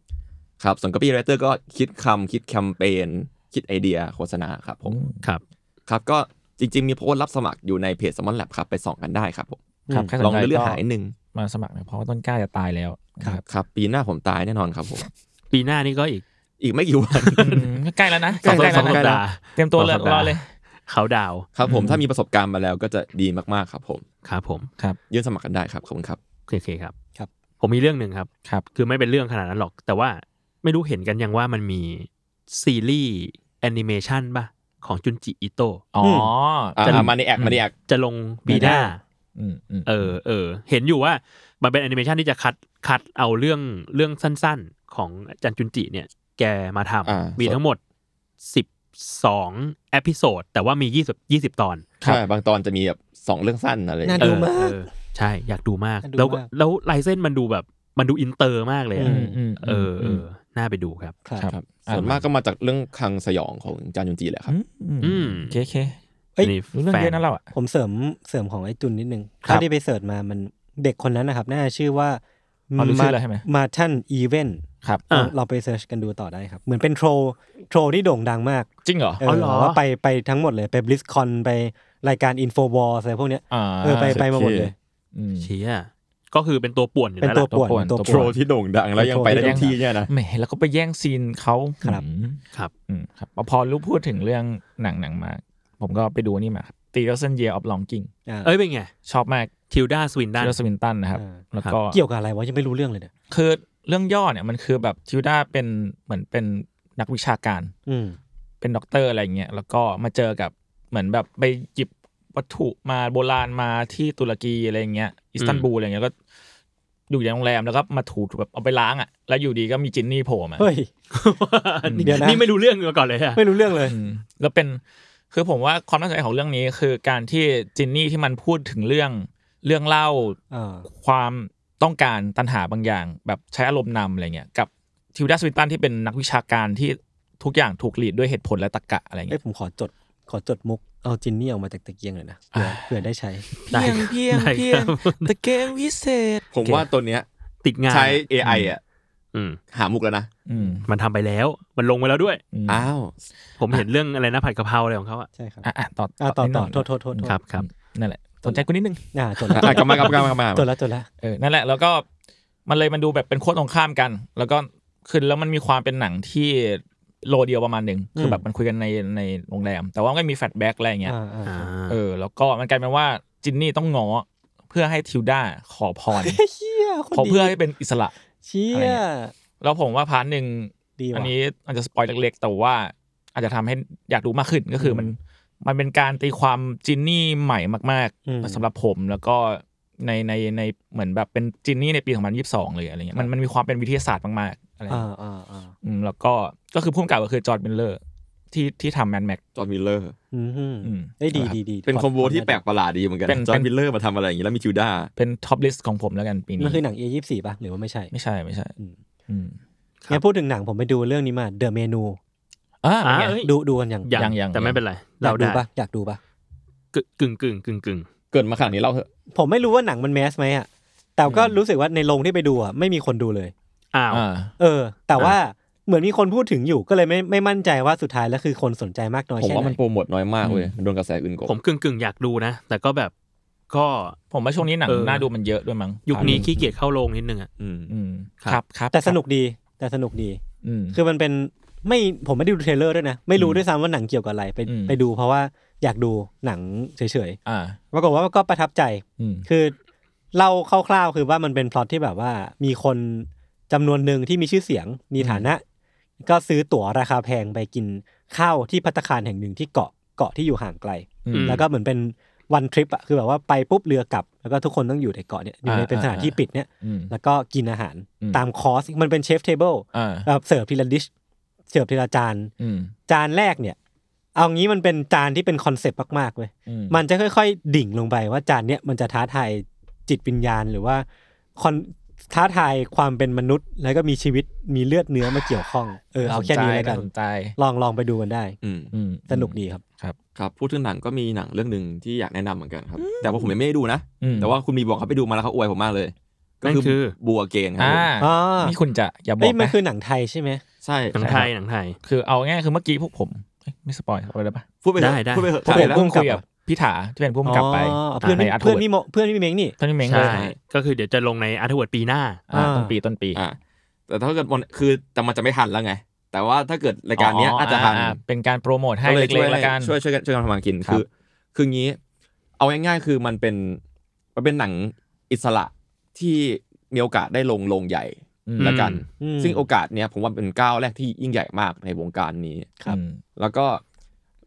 Speaker 5: ครับส่วน copy writer ก็คิดคำคิดแคมเปญคิดไอเดียโฆษณาครับผม
Speaker 4: ครับ
Speaker 5: ครับก็จริง ๆ มีโพสต์รับสมัครอยู่ในเพจ s ซมมอนแลบครับ ไปส่องกันได้ครับผม
Speaker 6: ครับใครสน
Speaker 5: ลอง
Speaker 6: ใจ
Speaker 5: เลือก
Speaker 6: ก็
Speaker 5: หานิดนึง
Speaker 6: มาสมัครนะเพราะว่าต้นกล้าจะตายแล้วนะครับ
Speaker 5: ครับ ปีหน้าผมตายแน่นอน ครับผม
Speaker 4: ปีหน้านี่ก็อีก
Speaker 5: อีกไม่กี่วัน
Speaker 6: อืมใกล้แล้วนะใกล้
Speaker 5: สอง
Speaker 6: ใกล้
Speaker 5: ส
Speaker 6: แล้
Speaker 4: สัป
Speaker 6: วนะ
Speaker 5: อง
Speaker 4: ดาห์
Speaker 6: เตรียมตัวเลยรอเลย
Speaker 4: เขาดาวน์
Speaker 5: ครับผมถ้ามีประสบการณ์มาแล้วก็จะดีมากๆครับผม
Speaker 4: ครับผม
Speaker 5: ยื่นสมัครกันได้ครับขอบคุณครับ
Speaker 4: โอเคครับ
Speaker 2: ครับ
Speaker 4: ผมมีเรื่องหนึ่งครับ
Speaker 6: ครับ
Speaker 4: คือไม่เป็นเรื่องขนาดนั้นหรอก แต่ว่าไม่รู้เห็นกันยังว่ามันมีซีรีส์แอนิเมชันป่ะ ของจุนจิอิโตะ
Speaker 6: อ๋อ
Speaker 5: อ่ะ
Speaker 4: จะ
Speaker 5: อ่ะมาในแอกมาในแอก
Speaker 4: จะลงปีหน้า
Speaker 6: อืมอืม
Speaker 4: เออเออ เห็นอยู่ว่ามันเป็นแอนิเมชันที่จะคัดคัดเอาเรื่องเรื่องสั้นๆ ของอาจันจุนจิเนี่ย แกมาท
Speaker 5: อ่า
Speaker 4: ำ
Speaker 5: มี
Speaker 4: มีทั้งหมด 12 e อพิโซด แต่ว่ามี 20 20 ตอน
Speaker 5: ใช่บางตอนจะมีแบบสองเรื่องสั้นอะไรอย่างเงี้ย
Speaker 2: น่าดูมาก
Speaker 4: เออใช่ อยากดูมาก
Speaker 2: อยากดู
Speaker 4: แล้วก็
Speaker 2: มาก
Speaker 4: แล้วลายเส้นมันดูแบบ มันดูอินเตอร์มากเลยอะ
Speaker 2: อื
Speaker 6: มม
Speaker 4: เออเออ น่าไปดูครับ
Speaker 2: ครับ
Speaker 6: ครับ
Speaker 5: ครับส่วนมากก็มาจากเรื่องคลังสยองของจานยุนจีแหละครับ
Speaker 6: อืมอืมโอเคโอเค
Speaker 2: เอ้ย
Speaker 4: นี่
Speaker 6: รู้เรื่อง
Speaker 4: แฟ
Speaker 6: เย
Speaker 4: น
Speaker 6: อะนะเราอ่ะ
Speaker 2: ผมเสริมเสริมของไอ้จุนนิดนึง
Speaker 6: ครับ
Speaker 2: เท่าที่ไปเสิร์ชมามันเด็กคนนั้นนะครับ น่าจะชื่อว่า
Speaker 6: อ๋อรู้ชื่อแล้วใช่ไหม
Speaker 2: มาทันอีเวน
Speaker 6: ครับ
Speaker 4: อ่า
Speaker 2: เราไปเสิร์ชกันดูต่อได้ครับ เหมือนเป็นโทรโทรที่โด่งดังมาก
Speaker 6: จริงเหรอ
Speaker 2: เออ
Speaker 4: เหรอ
Speaker 2: ว่าไปไปทั้งหมดเลยไปบลิสคอนไปรายการอินโฟบอลอะไรพวกเนี้ย
Speaker 6: อ่า
Speaker 2: เออไปไปมาหมดเลย
Speaker 6: อืม
Speaker 4: เชียก็คือเป็นตัวป่วนอยู่
Speaker 2: เป็น
Speaker 4: แล้ว
Speaker 2: ตัว
Speaker 4: ล่ะ
Speaker 2: ป่วน
Speaker 6: ตัวป่วน
Speaker 2: ตัว
Speaker 5: โท
Speaker 2: ป่
Speaker 5: ร
Speaker 2: วน
Speaker 5: ที่โด่งดังแล้วยังไปได้ทุกที่เนี่ยนะ
Speaker 6: แหมแล้วก็ไปแย่งซีนเขา
Speaker 2: ครับ
Speaker 6: อืม
Speaker 4: ครับ
Speaker 6: อืมครับพอลูกพูดถึงเรื่องหนังหนังมา ผมก็ไปดูนี่มาครับตีรัสเซนเยอออฟลองกิง
Speaker 2: อ่า
Speaker 4: เอ้ยเป็นไง
Speaker 6: ชอบมาก
Speaker 4: ทิวดาสวินดัน
Speaker 6: รัสวินตันนะครับ
Speaker 2: อ่า
Speaker 6: แล้วก็
Speaker 2: เกี่ยวกับอะไรวะยังไม่รู้เรื่องเลยเนี่ย
Speaker 6: คือเรื่องย่อเนี่ยมันคือแบบทิวดาเป็นเหมือนเป็นนักวิชาการ
Speaker 2: อืม
Speaker 6: เป็นด็อกเตอร์อะไรเงี้ยแล้วก็มาเจอกับเหมือนแบบไปหยิบวัตถุมาโบราณมาที่ตุรกีอะไรเงี้ยอิสตันบูลอะไรเงี้ยก็อยู่ในโรงแรมแล้วก็มาถูแบบเอาไปล้างอ่ะแล้วอยู่ดีก็มีจินนี่โผล่มา
Speaker 2: เฮ้ย
Speaker 4: นี่
Speaker 2: เดี๋ยวนะ
Speaker 4: นี่ไม่รู้เรื่องมาก่อนเลยอะ
Speaker 2: ไม่รู้เรื่องเลย
Speaker 6: อืมแล้วเป็นคือผมว่าความน่าสนใจของเรื่องนี้คือการที่จินนี่ที่มันพูดถึงเรื่องเรื่องเล่า
Speaker 2: อ่า
Speaker 6: ความต้องการตัณหาบางอย่าง แบบใช้อารมณ์นำอะไรเงี้ยกับทิวดัสวินตันที่เป็นนักวิชาการที่ทุกอย่างถูกหลีดด้วยเหตุผลและตรรกะอะไร
Speaker 2: เอ้
Speaker 6: เงี้
Speaker 2: ย
Speaker 6: ย
Speaker 2: ผมขอจดขอจดมุกเอาจินนี่ออกมาจากตะเกียงหน่อยนะเผื่อเผื่อได้ใช้
Speaker 4: ได้
Speaker 6: เพียงเพียง
Speaker 4: ได้
Speaker 6: เพีย
Speaker 4: ครั
Speaker 6: ง
Speaker 4: บ
Speaker 6: ตะเกงวิเศษ
Speaker 5: ผมว่าตัวเนี้ย
Speaker 4: ติดงาน
Speaker 5: ใช้ AI อ่ะ
Speaker 4: อืม
Speaker 5: หามุกแล้วนะ
Speaker 6: อืม
Speaker 4: มันทำไปแล้ว มันลงไปแล้วด้วย
Speaker 6: อืม
Speaker 5: อ้าว
Speaker 4: ผมเห็นเรื่องอะไรนะผัดกะเพราอะไรของเขาอะ
Speaker 2: ใช่ครับ
Speaker 6: อ่ะอ่ะต่อ
Speaker 2: อ่าต่อ
Speaker 6: นิดห
Speaker 2: ต่
Speaker 6: น่
Speaker 2: อย โทษโทษโทษโทษ
Speaker 4: ครับครับ
Speaker 6: นั่นแหละสนใจกูนิดนึง
Speaker 2: อ่าจดละ
Speaker 5: อ่ะกลับมากลับมากลับมากลับมา
Speaker 2: จดละจดละ
Speaker 6: เออ นั่นแหละ แล้วก็มันเลยมันดูแบบเป็นโคตรตรงข้ามกัน แล้วก็คือแล้วมันมีความเป็นหนังที่โลเดียวประมาณหนึ่ง คือแบบมันคุยกันในในโรงแรม แต่ว่ามันก็มีแฟลชแบ็กอะไรอย่างเงี้ย
Speaker 2: อ่าอ่า
Speaker 4: อ่า
Speaker 6: เออ แล้วก็มันกลายเป็นว่าจินนี่ต้องง้อเพื่อให้ทิวด้าขอพร
Speaker 2: เชี่ยคน
Speaker 6: ขอ
Speaker 2: ดี
Speaker 6: เพื่อให้เป็นอิสระ
Speaker 2: เชี่
Speaker 6: อะไร
Speaker 2: ย
Speaker 6: เงี้ย แล้วผมว่าพาร์ทหนึ่ง
Speaker 2: ดีว่ะ
Speaker 6: อันนี้อาจจะสปอยเล็กๆ แต่ว่าอาจจะทำให้อยากรู้มากขึ้นก็คืออ
Speaker 2: ม
Speaker 6: มันมันเป็นการตีความจินนี่ใหม่มาก
Speaker 2: อืม
Speaker 6: ๆสำหรับผมแล้วก็ในในในเหมือนแบบเป็นจินนี่ในปี2022เลยอะไรเงี้ยมัน
Speaker 2: ครับ
Speaker 6: มันมีความเป็นวิทยาศาสตร์มากๆอะไร
Speaker 2: อ่า
Speaker 6: เงี้ย
Speaker 2: อ่าอ่า
Speaker 6: อืมแล้วก็ก็คือพุ่มกับก็คือจอร์ดมิลเลอร์ที่ที่ทำแมนแม็ก
Speaker 5: จอห์นมิลเลอร์
Speaker 2: อืม
Speaker 6: อืม
Speaker 2: ได้ยดีดีดี
Speaker 5: เป็น
Speaker 2: ข
Speaker 5: คอมโบที่แปลกประหลาดดีเหมือนกัน
Speaker 6: เป็น
Speaker 5: จอห์
Speaker 6: เป็น น
Speaker 5: มิลเลอร์มาทำอะไรอย่างงี้แล้วมีทิวด้า
Speaker 6: เป็นท็อปลิสต์ของผมแล้วกันปีนี้
Speaker 2: มันคือหนัง A ยี่สี่ป่ะ หรือว่าไม่ใช่
Speaker 6: ไม่ใช่ไม่ใช่
Speaker 2: อืม
Speaker 6: อืม
Speaker 2: งั้นพูดถึงหนังผมไปดูเรื่องนี้มาเดอะเมนู
Speaker 6: อ่า
Speaker 4: อ่า
Speaker 6: เป็นไง
Speaker 4: เอ้ย
Speaker 2: ดูดูกันอย่าง
Speaker 4: ยัง
Speaker 6: ยังยัง
Speaker 4: แต่ไม่เป็นไร
Speaker 2: อยา
Speaker 4: เรา
Speaker 2: กดู
Speaker 4: ได้
Speaker 2: ป่ะอยากดูป่ะ
Speaker 4: กึกึ่งกึ่งกึ่งกึ่ง
Speaker 5: เกิดมาขนาดนี้เล่าเถอะ
Speaker 2: ผมไม่รู้ว่าหนังมันแมสไหมอ่ะ แต่ก็รู้สึกว่าในโรงที่ไปดูอ่ะไม่มีคนดูเลย
Speaker 4: อ้าว
Speaker 6: อ่า
Speaker 2: เออ แต่ว่าเหมือนมีคนพูดถึงอยู่ก็เลยไม่ไม่มั่นใจว่าสุดท้ายแล้วคือคนสนใจมากน้อย
Speaker 5: ผม
Speaker 2: แค่
Speaker 5: ว่า
Speaker 2: ไหน
Speaker 5: มันโปรโมทน้อยมากเว้ยมันโดนกระแสอื่นกบ
Speaker 4: ผมกึ่งกึ่งอยากดูนะ แต่ก็แบบก็
Speaker 6: ผมว่าช่วงนี้หนัง
Speaker 4: เออ
Speaker 6: น่าดูมันเยอะด้วยมั้ง
Speaker 4: ยุคนี้ขี้เกียจเข้าโรงนิดนึงอ่ะ
Speaker 5: อืม
Speaker 6: อืม
Speaker 4: ครับ
Speaker 6: ครับครับ
Speaker 2: แต่สนุกดีแต่สนุกดี
Speaker 6: อืม
Speaker 2: คือมันเป็นไม่ผมไม่ได้ดูเทรลเลอร์ด้วยนะ ไม่รู้ด้วยซ้ำว่าหนังเกี่ยวกับอะไรไป
Speaker 6: อืม
Speaker 2: ไปดูเพราะว่าอยากดูหนังเฉย
Speaker 6: อ่า
Speaker 2: ๆปรากฏว่าก็ประทับใจ
Speaker 6: อืม
Speaker 2: คือเล่าคร่าวๆคือว่ามันเป็นพล็อตที่แบบว่ามีคนจำนวนหนึ่งที่มีชื่อเสียงมีฐานะ ก็ซื้อตั๋วราคาแพงไปกินข้าวที่พัตตาคารแห่งหนึ่งที่เกาะเกาะที่อยู่ห่างไกล
Speaker 6: อืม
Speaker 2: แล้วก็เหมือนเป็นวันทริปอะคือแบบว่าไปปุ๊บเรือกลับ แล้วก็ทุกคนต้องอยู่ในเกาะเนี่ยอยู่ในเป็นสถานที่ปิดเนี่ย
Speaker 6: อืม
Speaker 2: แล้วก็กินอาหาร
Speaker 6: อืม
Speaker 2: ตามคอร์สมันเป็นเชฟเทเบิล
Speaker 6: อ่า
Speaker 2: เอ่อเสิร์ฟทีละดิชเสิร์ฟทีละจาน
Speaker 6: อืม
Speaker 2: จานแรกเนี่ย เอางี้มันเป็นจานที่เป็นคอนเซปต์มากๆเว้ย
Speaker 6: อืม
Speaker 2: มันจะค่อย ๆ ดิ่งลงไปว่าจานเนี้ยมันจะท้าทายจิตวิญญาณหรือว่า คอนท้าทายความเป็นมนุษย์ แล้วก็มีชีวิตมีเลือดเนื้อมาเกี่ยวข้องเออเอาแค่นี้แล้วกัน
Speaker 6: สใจ
Speaker 2: ลองลองไปดูกันได้
Speaker 5: อืม
Speaker 6: อืม
Speaker 2: สนุกดีครับ
Speaker 6: ครับ
Speaker 5: ครับพูดถึงหนังก็มีหนังเรื่องหนึ่งที่อยากแนะนำเหมือนกันครับ แต่ว่าผมยังไม่ได้ดูนะ
Speaker 6: อืม
Speaker 5: แต่ว่าคุณมีบอกเขาไปดูมาแล้วเขาอวยผมมากเลย ก็
Speaker 4: นั่นคือ
Speaker 5: บัวเกนครั
Speaker 6: อ่า
Speaker 5: บ
Speaker 2: อ่า
Speaker 6: นี่คุณจะอย่าบอ
Speaker 2: เอ้ย
Speaker 6: ก
Speaker 2: มัน
Speaker 6: นะ
Speaker 2: คือหนังไทยใช่ไหม
Speaker 5: ใช่
Speaker 4: หนังไทยหนังไทย
Speaker 6: คือเอาง่ายคือเมื่อกี้พวกผมเอ้ยไม่สปอยเอาไปเลยปะ
Speaker 5: พูดไปเถอะ
Speaker 4: ได้ได้
Speaker 5: พูดไปเถอะ
Speaker 6: พวก
Speaker 5: ใช่
Speaker 6: ผม
Speaker 5: แล้ว
Speaker 6: เพิ่งคุยกับพี่ถาที่เป็นผู้กำกับไป
Speaker 2: อ๋อเพื่อนพี่
Speaker 6: ใน Artwork
Speaker 2: เพื่อนพี่โมเพื่อนพี่เม้งนี่
Speaker 6: ตอนนี้เม้งเลย
Speaker 4: ใช่ก็คือเดี๋ยวจะลงในอาร์ตเวิร์ดปีหน้า
Speaker 6: อ่า
Speaker 2: อ่า
Speaker 6: ต้นปีต้นปี
Speaker 5: อ่าแต่ถ้าเกิดวันคือแต่มันจะไม่ทันแล้วไง แต่ว่าถ้าเกิดรายการเนี้ยอาจจะทัน
Speaker 6: เป็นการโปรโมทให้
Speaker 5: ก็เลย
Speaker 6: เล็
Speaker 5: ช่ว
Speaker 6: ก
Speaker 5: ย
Speaker 6: ๆละกัน
Speaker 5: ช่วยช่วยกันช่วยกันทำมากิน
Speaker 6: ครับ
Speaker 5: คือ คืองี้ เอาง่ายๆคือมันเป็นมันเป็นหนังอิสระที่มีโอกาสได้ลงโรงใหญ่
Speaker 6: อืม
Speaker 5: ละกัน
Speaker 2: อืม
Speaker 5: ซึ่งโอกาสเนี้ยผมว่าเป็นก้าวแรกที่ยิ่งใหญ่มากในวงการนี้
Speaker 6: ครับ
Speaker 5: แล้วก็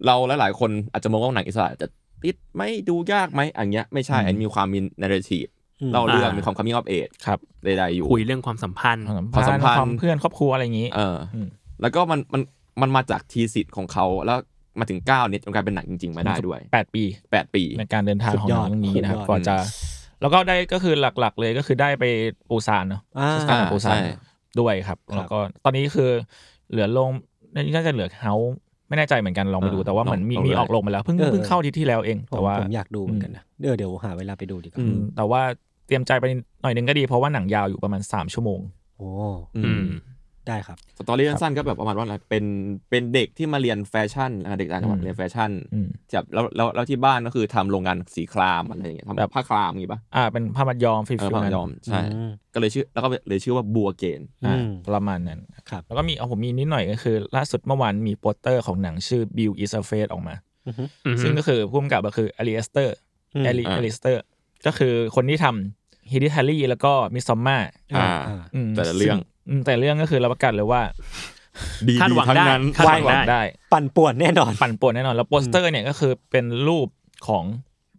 Speaker 5: เราหลายๆคนอาจจะมองว่าหนังอิสระจะติดไหม่ดูยากไหมอันเนี้ยไม่ใช่อันนมีความมีนาร์ทีฟ
Speaker 2: อืม
Speaker 5: เล่าเรื่อง
Speaker 4: อ่ามี
Speaker 5: มีความ coming of age
Speaker 6: ครับ
Speaker 5: ใดๆอยู่
Speaker 4: คุยเรื่องความสัมพันธ์
Speaker 6: ความสัมพันธ์ค
Speaker 5: คาว
Speaker 6: วาม มเพื่อนครอบครัวอะไรอย่างนี้
Speaker 5: เอออ
Speaker 6: ม
Speaker 5: แล้วก็มันมันมันมาจากทีสิทธิ์ของเขาแล้วมาถึงเก้าเนี่ยจนกลายเป็นหนังจริง ๆ มาได้ด้วย
Speaker 6: แปดปี
Speaker 5: แปดปี
Speaker 6: ในการเดินทางของหนังเรื่องนี้นะครับ
Speaker 2: สุดยอด
Speaker 6: กว่าจะ แล้วก็ได้ก็คือหลักๆเลยก็คือได้ไปปูซานเนาะ
Speaker 2: อ่า
Speaker 6: สถาน
Speaker 5: อ่า
Speaker 6: ปูซาน
Speaker 5: ใช่
Speaker 6: ด้วยครับ แล้วก็ตอนนี้คือเหลือลงน่าจะเหลือเฮาไม่แน่ใจเหมือนกันลองไปดูแต่ว่าเหมือนมีมีออกลงไปแล้วเพิ่ง
Speaker 2: เออ
Speaker 6: เพิ่งเข้าอาทิตย์ที่แล้วเอง
Speaker 2: ผ
Speaker 6: แต่
Speaker 2: ม
Speaker 6: ว่า
Speaker 2: ผมอยากดูเหมือนกันนะเดี๋ยวเดี๋ยวหาเวลาไปดูดีกว่า
Speaker 6: อืมแต่ว่าเตรียมใจไปหน่อยนึงก็ดีเพราะว่าหนังยาวอยู่ประมาณ 3 ชั่วโมง
Speaker 2: โอ้
Speaker 5: อื
Speaker 4: อื
Speaker 5: ม
Speaker 4: ม
Speaker 2: ได้ครับ
Speaker 5: สตอรี่สั้นๆก็แบบประมาณว่าอะไรเป็นเป็นเด็กที่มาเรียนแฟชั่นอ่ะเด็กต่างจังหวัด
Speaker 6: อืม
Speaker 5: เรียนแฟชั่น
Speaker 6: อืม
Speaker 5: จับแล้วแล้วแล้วที่บ้านก็คือทำโรงงานสีครามอะไรอย่างเงี้ย
Speaker 6: แบบ
Speaker 5: ทำผ้าครามอย่างงี้ปะ
Speaker 6: อ่าเป็นผ้ามัดยอมฟิล
Speaker 5: เออ
Speaker 6: ฟิล
Speaker 5: ผ้า
Speaker 6: นั้น
Speaker 5: ยอมใช่
Speaker 2: อืม
Speaker 5: ก็เลยชื่อแล้วก็เลยชื่อว่าบัวเกน
Speaker 6: อ่า
Speaker 2: อืม
Speaker 6: ประมาณนั้น
Speaker 2: ครับ
Speaker 6: แล้วก็มีเอาผมมีนิดหน่อยก็คือ ล่าสุดเมื่อวานมีโปสเตอร์ของหนังชื่อ Bill is a Face ออกมา
Speaker 2: อือฮึ
Speaker 6: ซึ่งก็คือผู้กำกับก็คืออลิเอสเตอร์
Speaker 2: อืม
Speaker 6: อลิอลิสเตอร์ ก็คือคนที่ทำ Hereditary แล้วก็มิสซอมมา
Speaker 5: อ่า
Speaker 2: อ่า
Speaker 5: แต่ละเรื่อง
Speaker 6: แต่ละเรื่องก็คือรับประกันเลยว่า
Speaker 5: ดี
Speaker 4: คาดหวัง
Speaker 5: ๆทั้ง
Speaker 4: ได้
Speaker 5: นั้น
Speaker 4: คาดหวัง
Speaker 6: หวัง
Speaker 4: ได้
Speaker 6: ได้
Speaker 2: ปั่นป่วนแน่นอน
Speaker 6: ปั่นป่วนแน่นอน แล้วโปสเตอร์เนี่ยก็คือเป็นรูปของ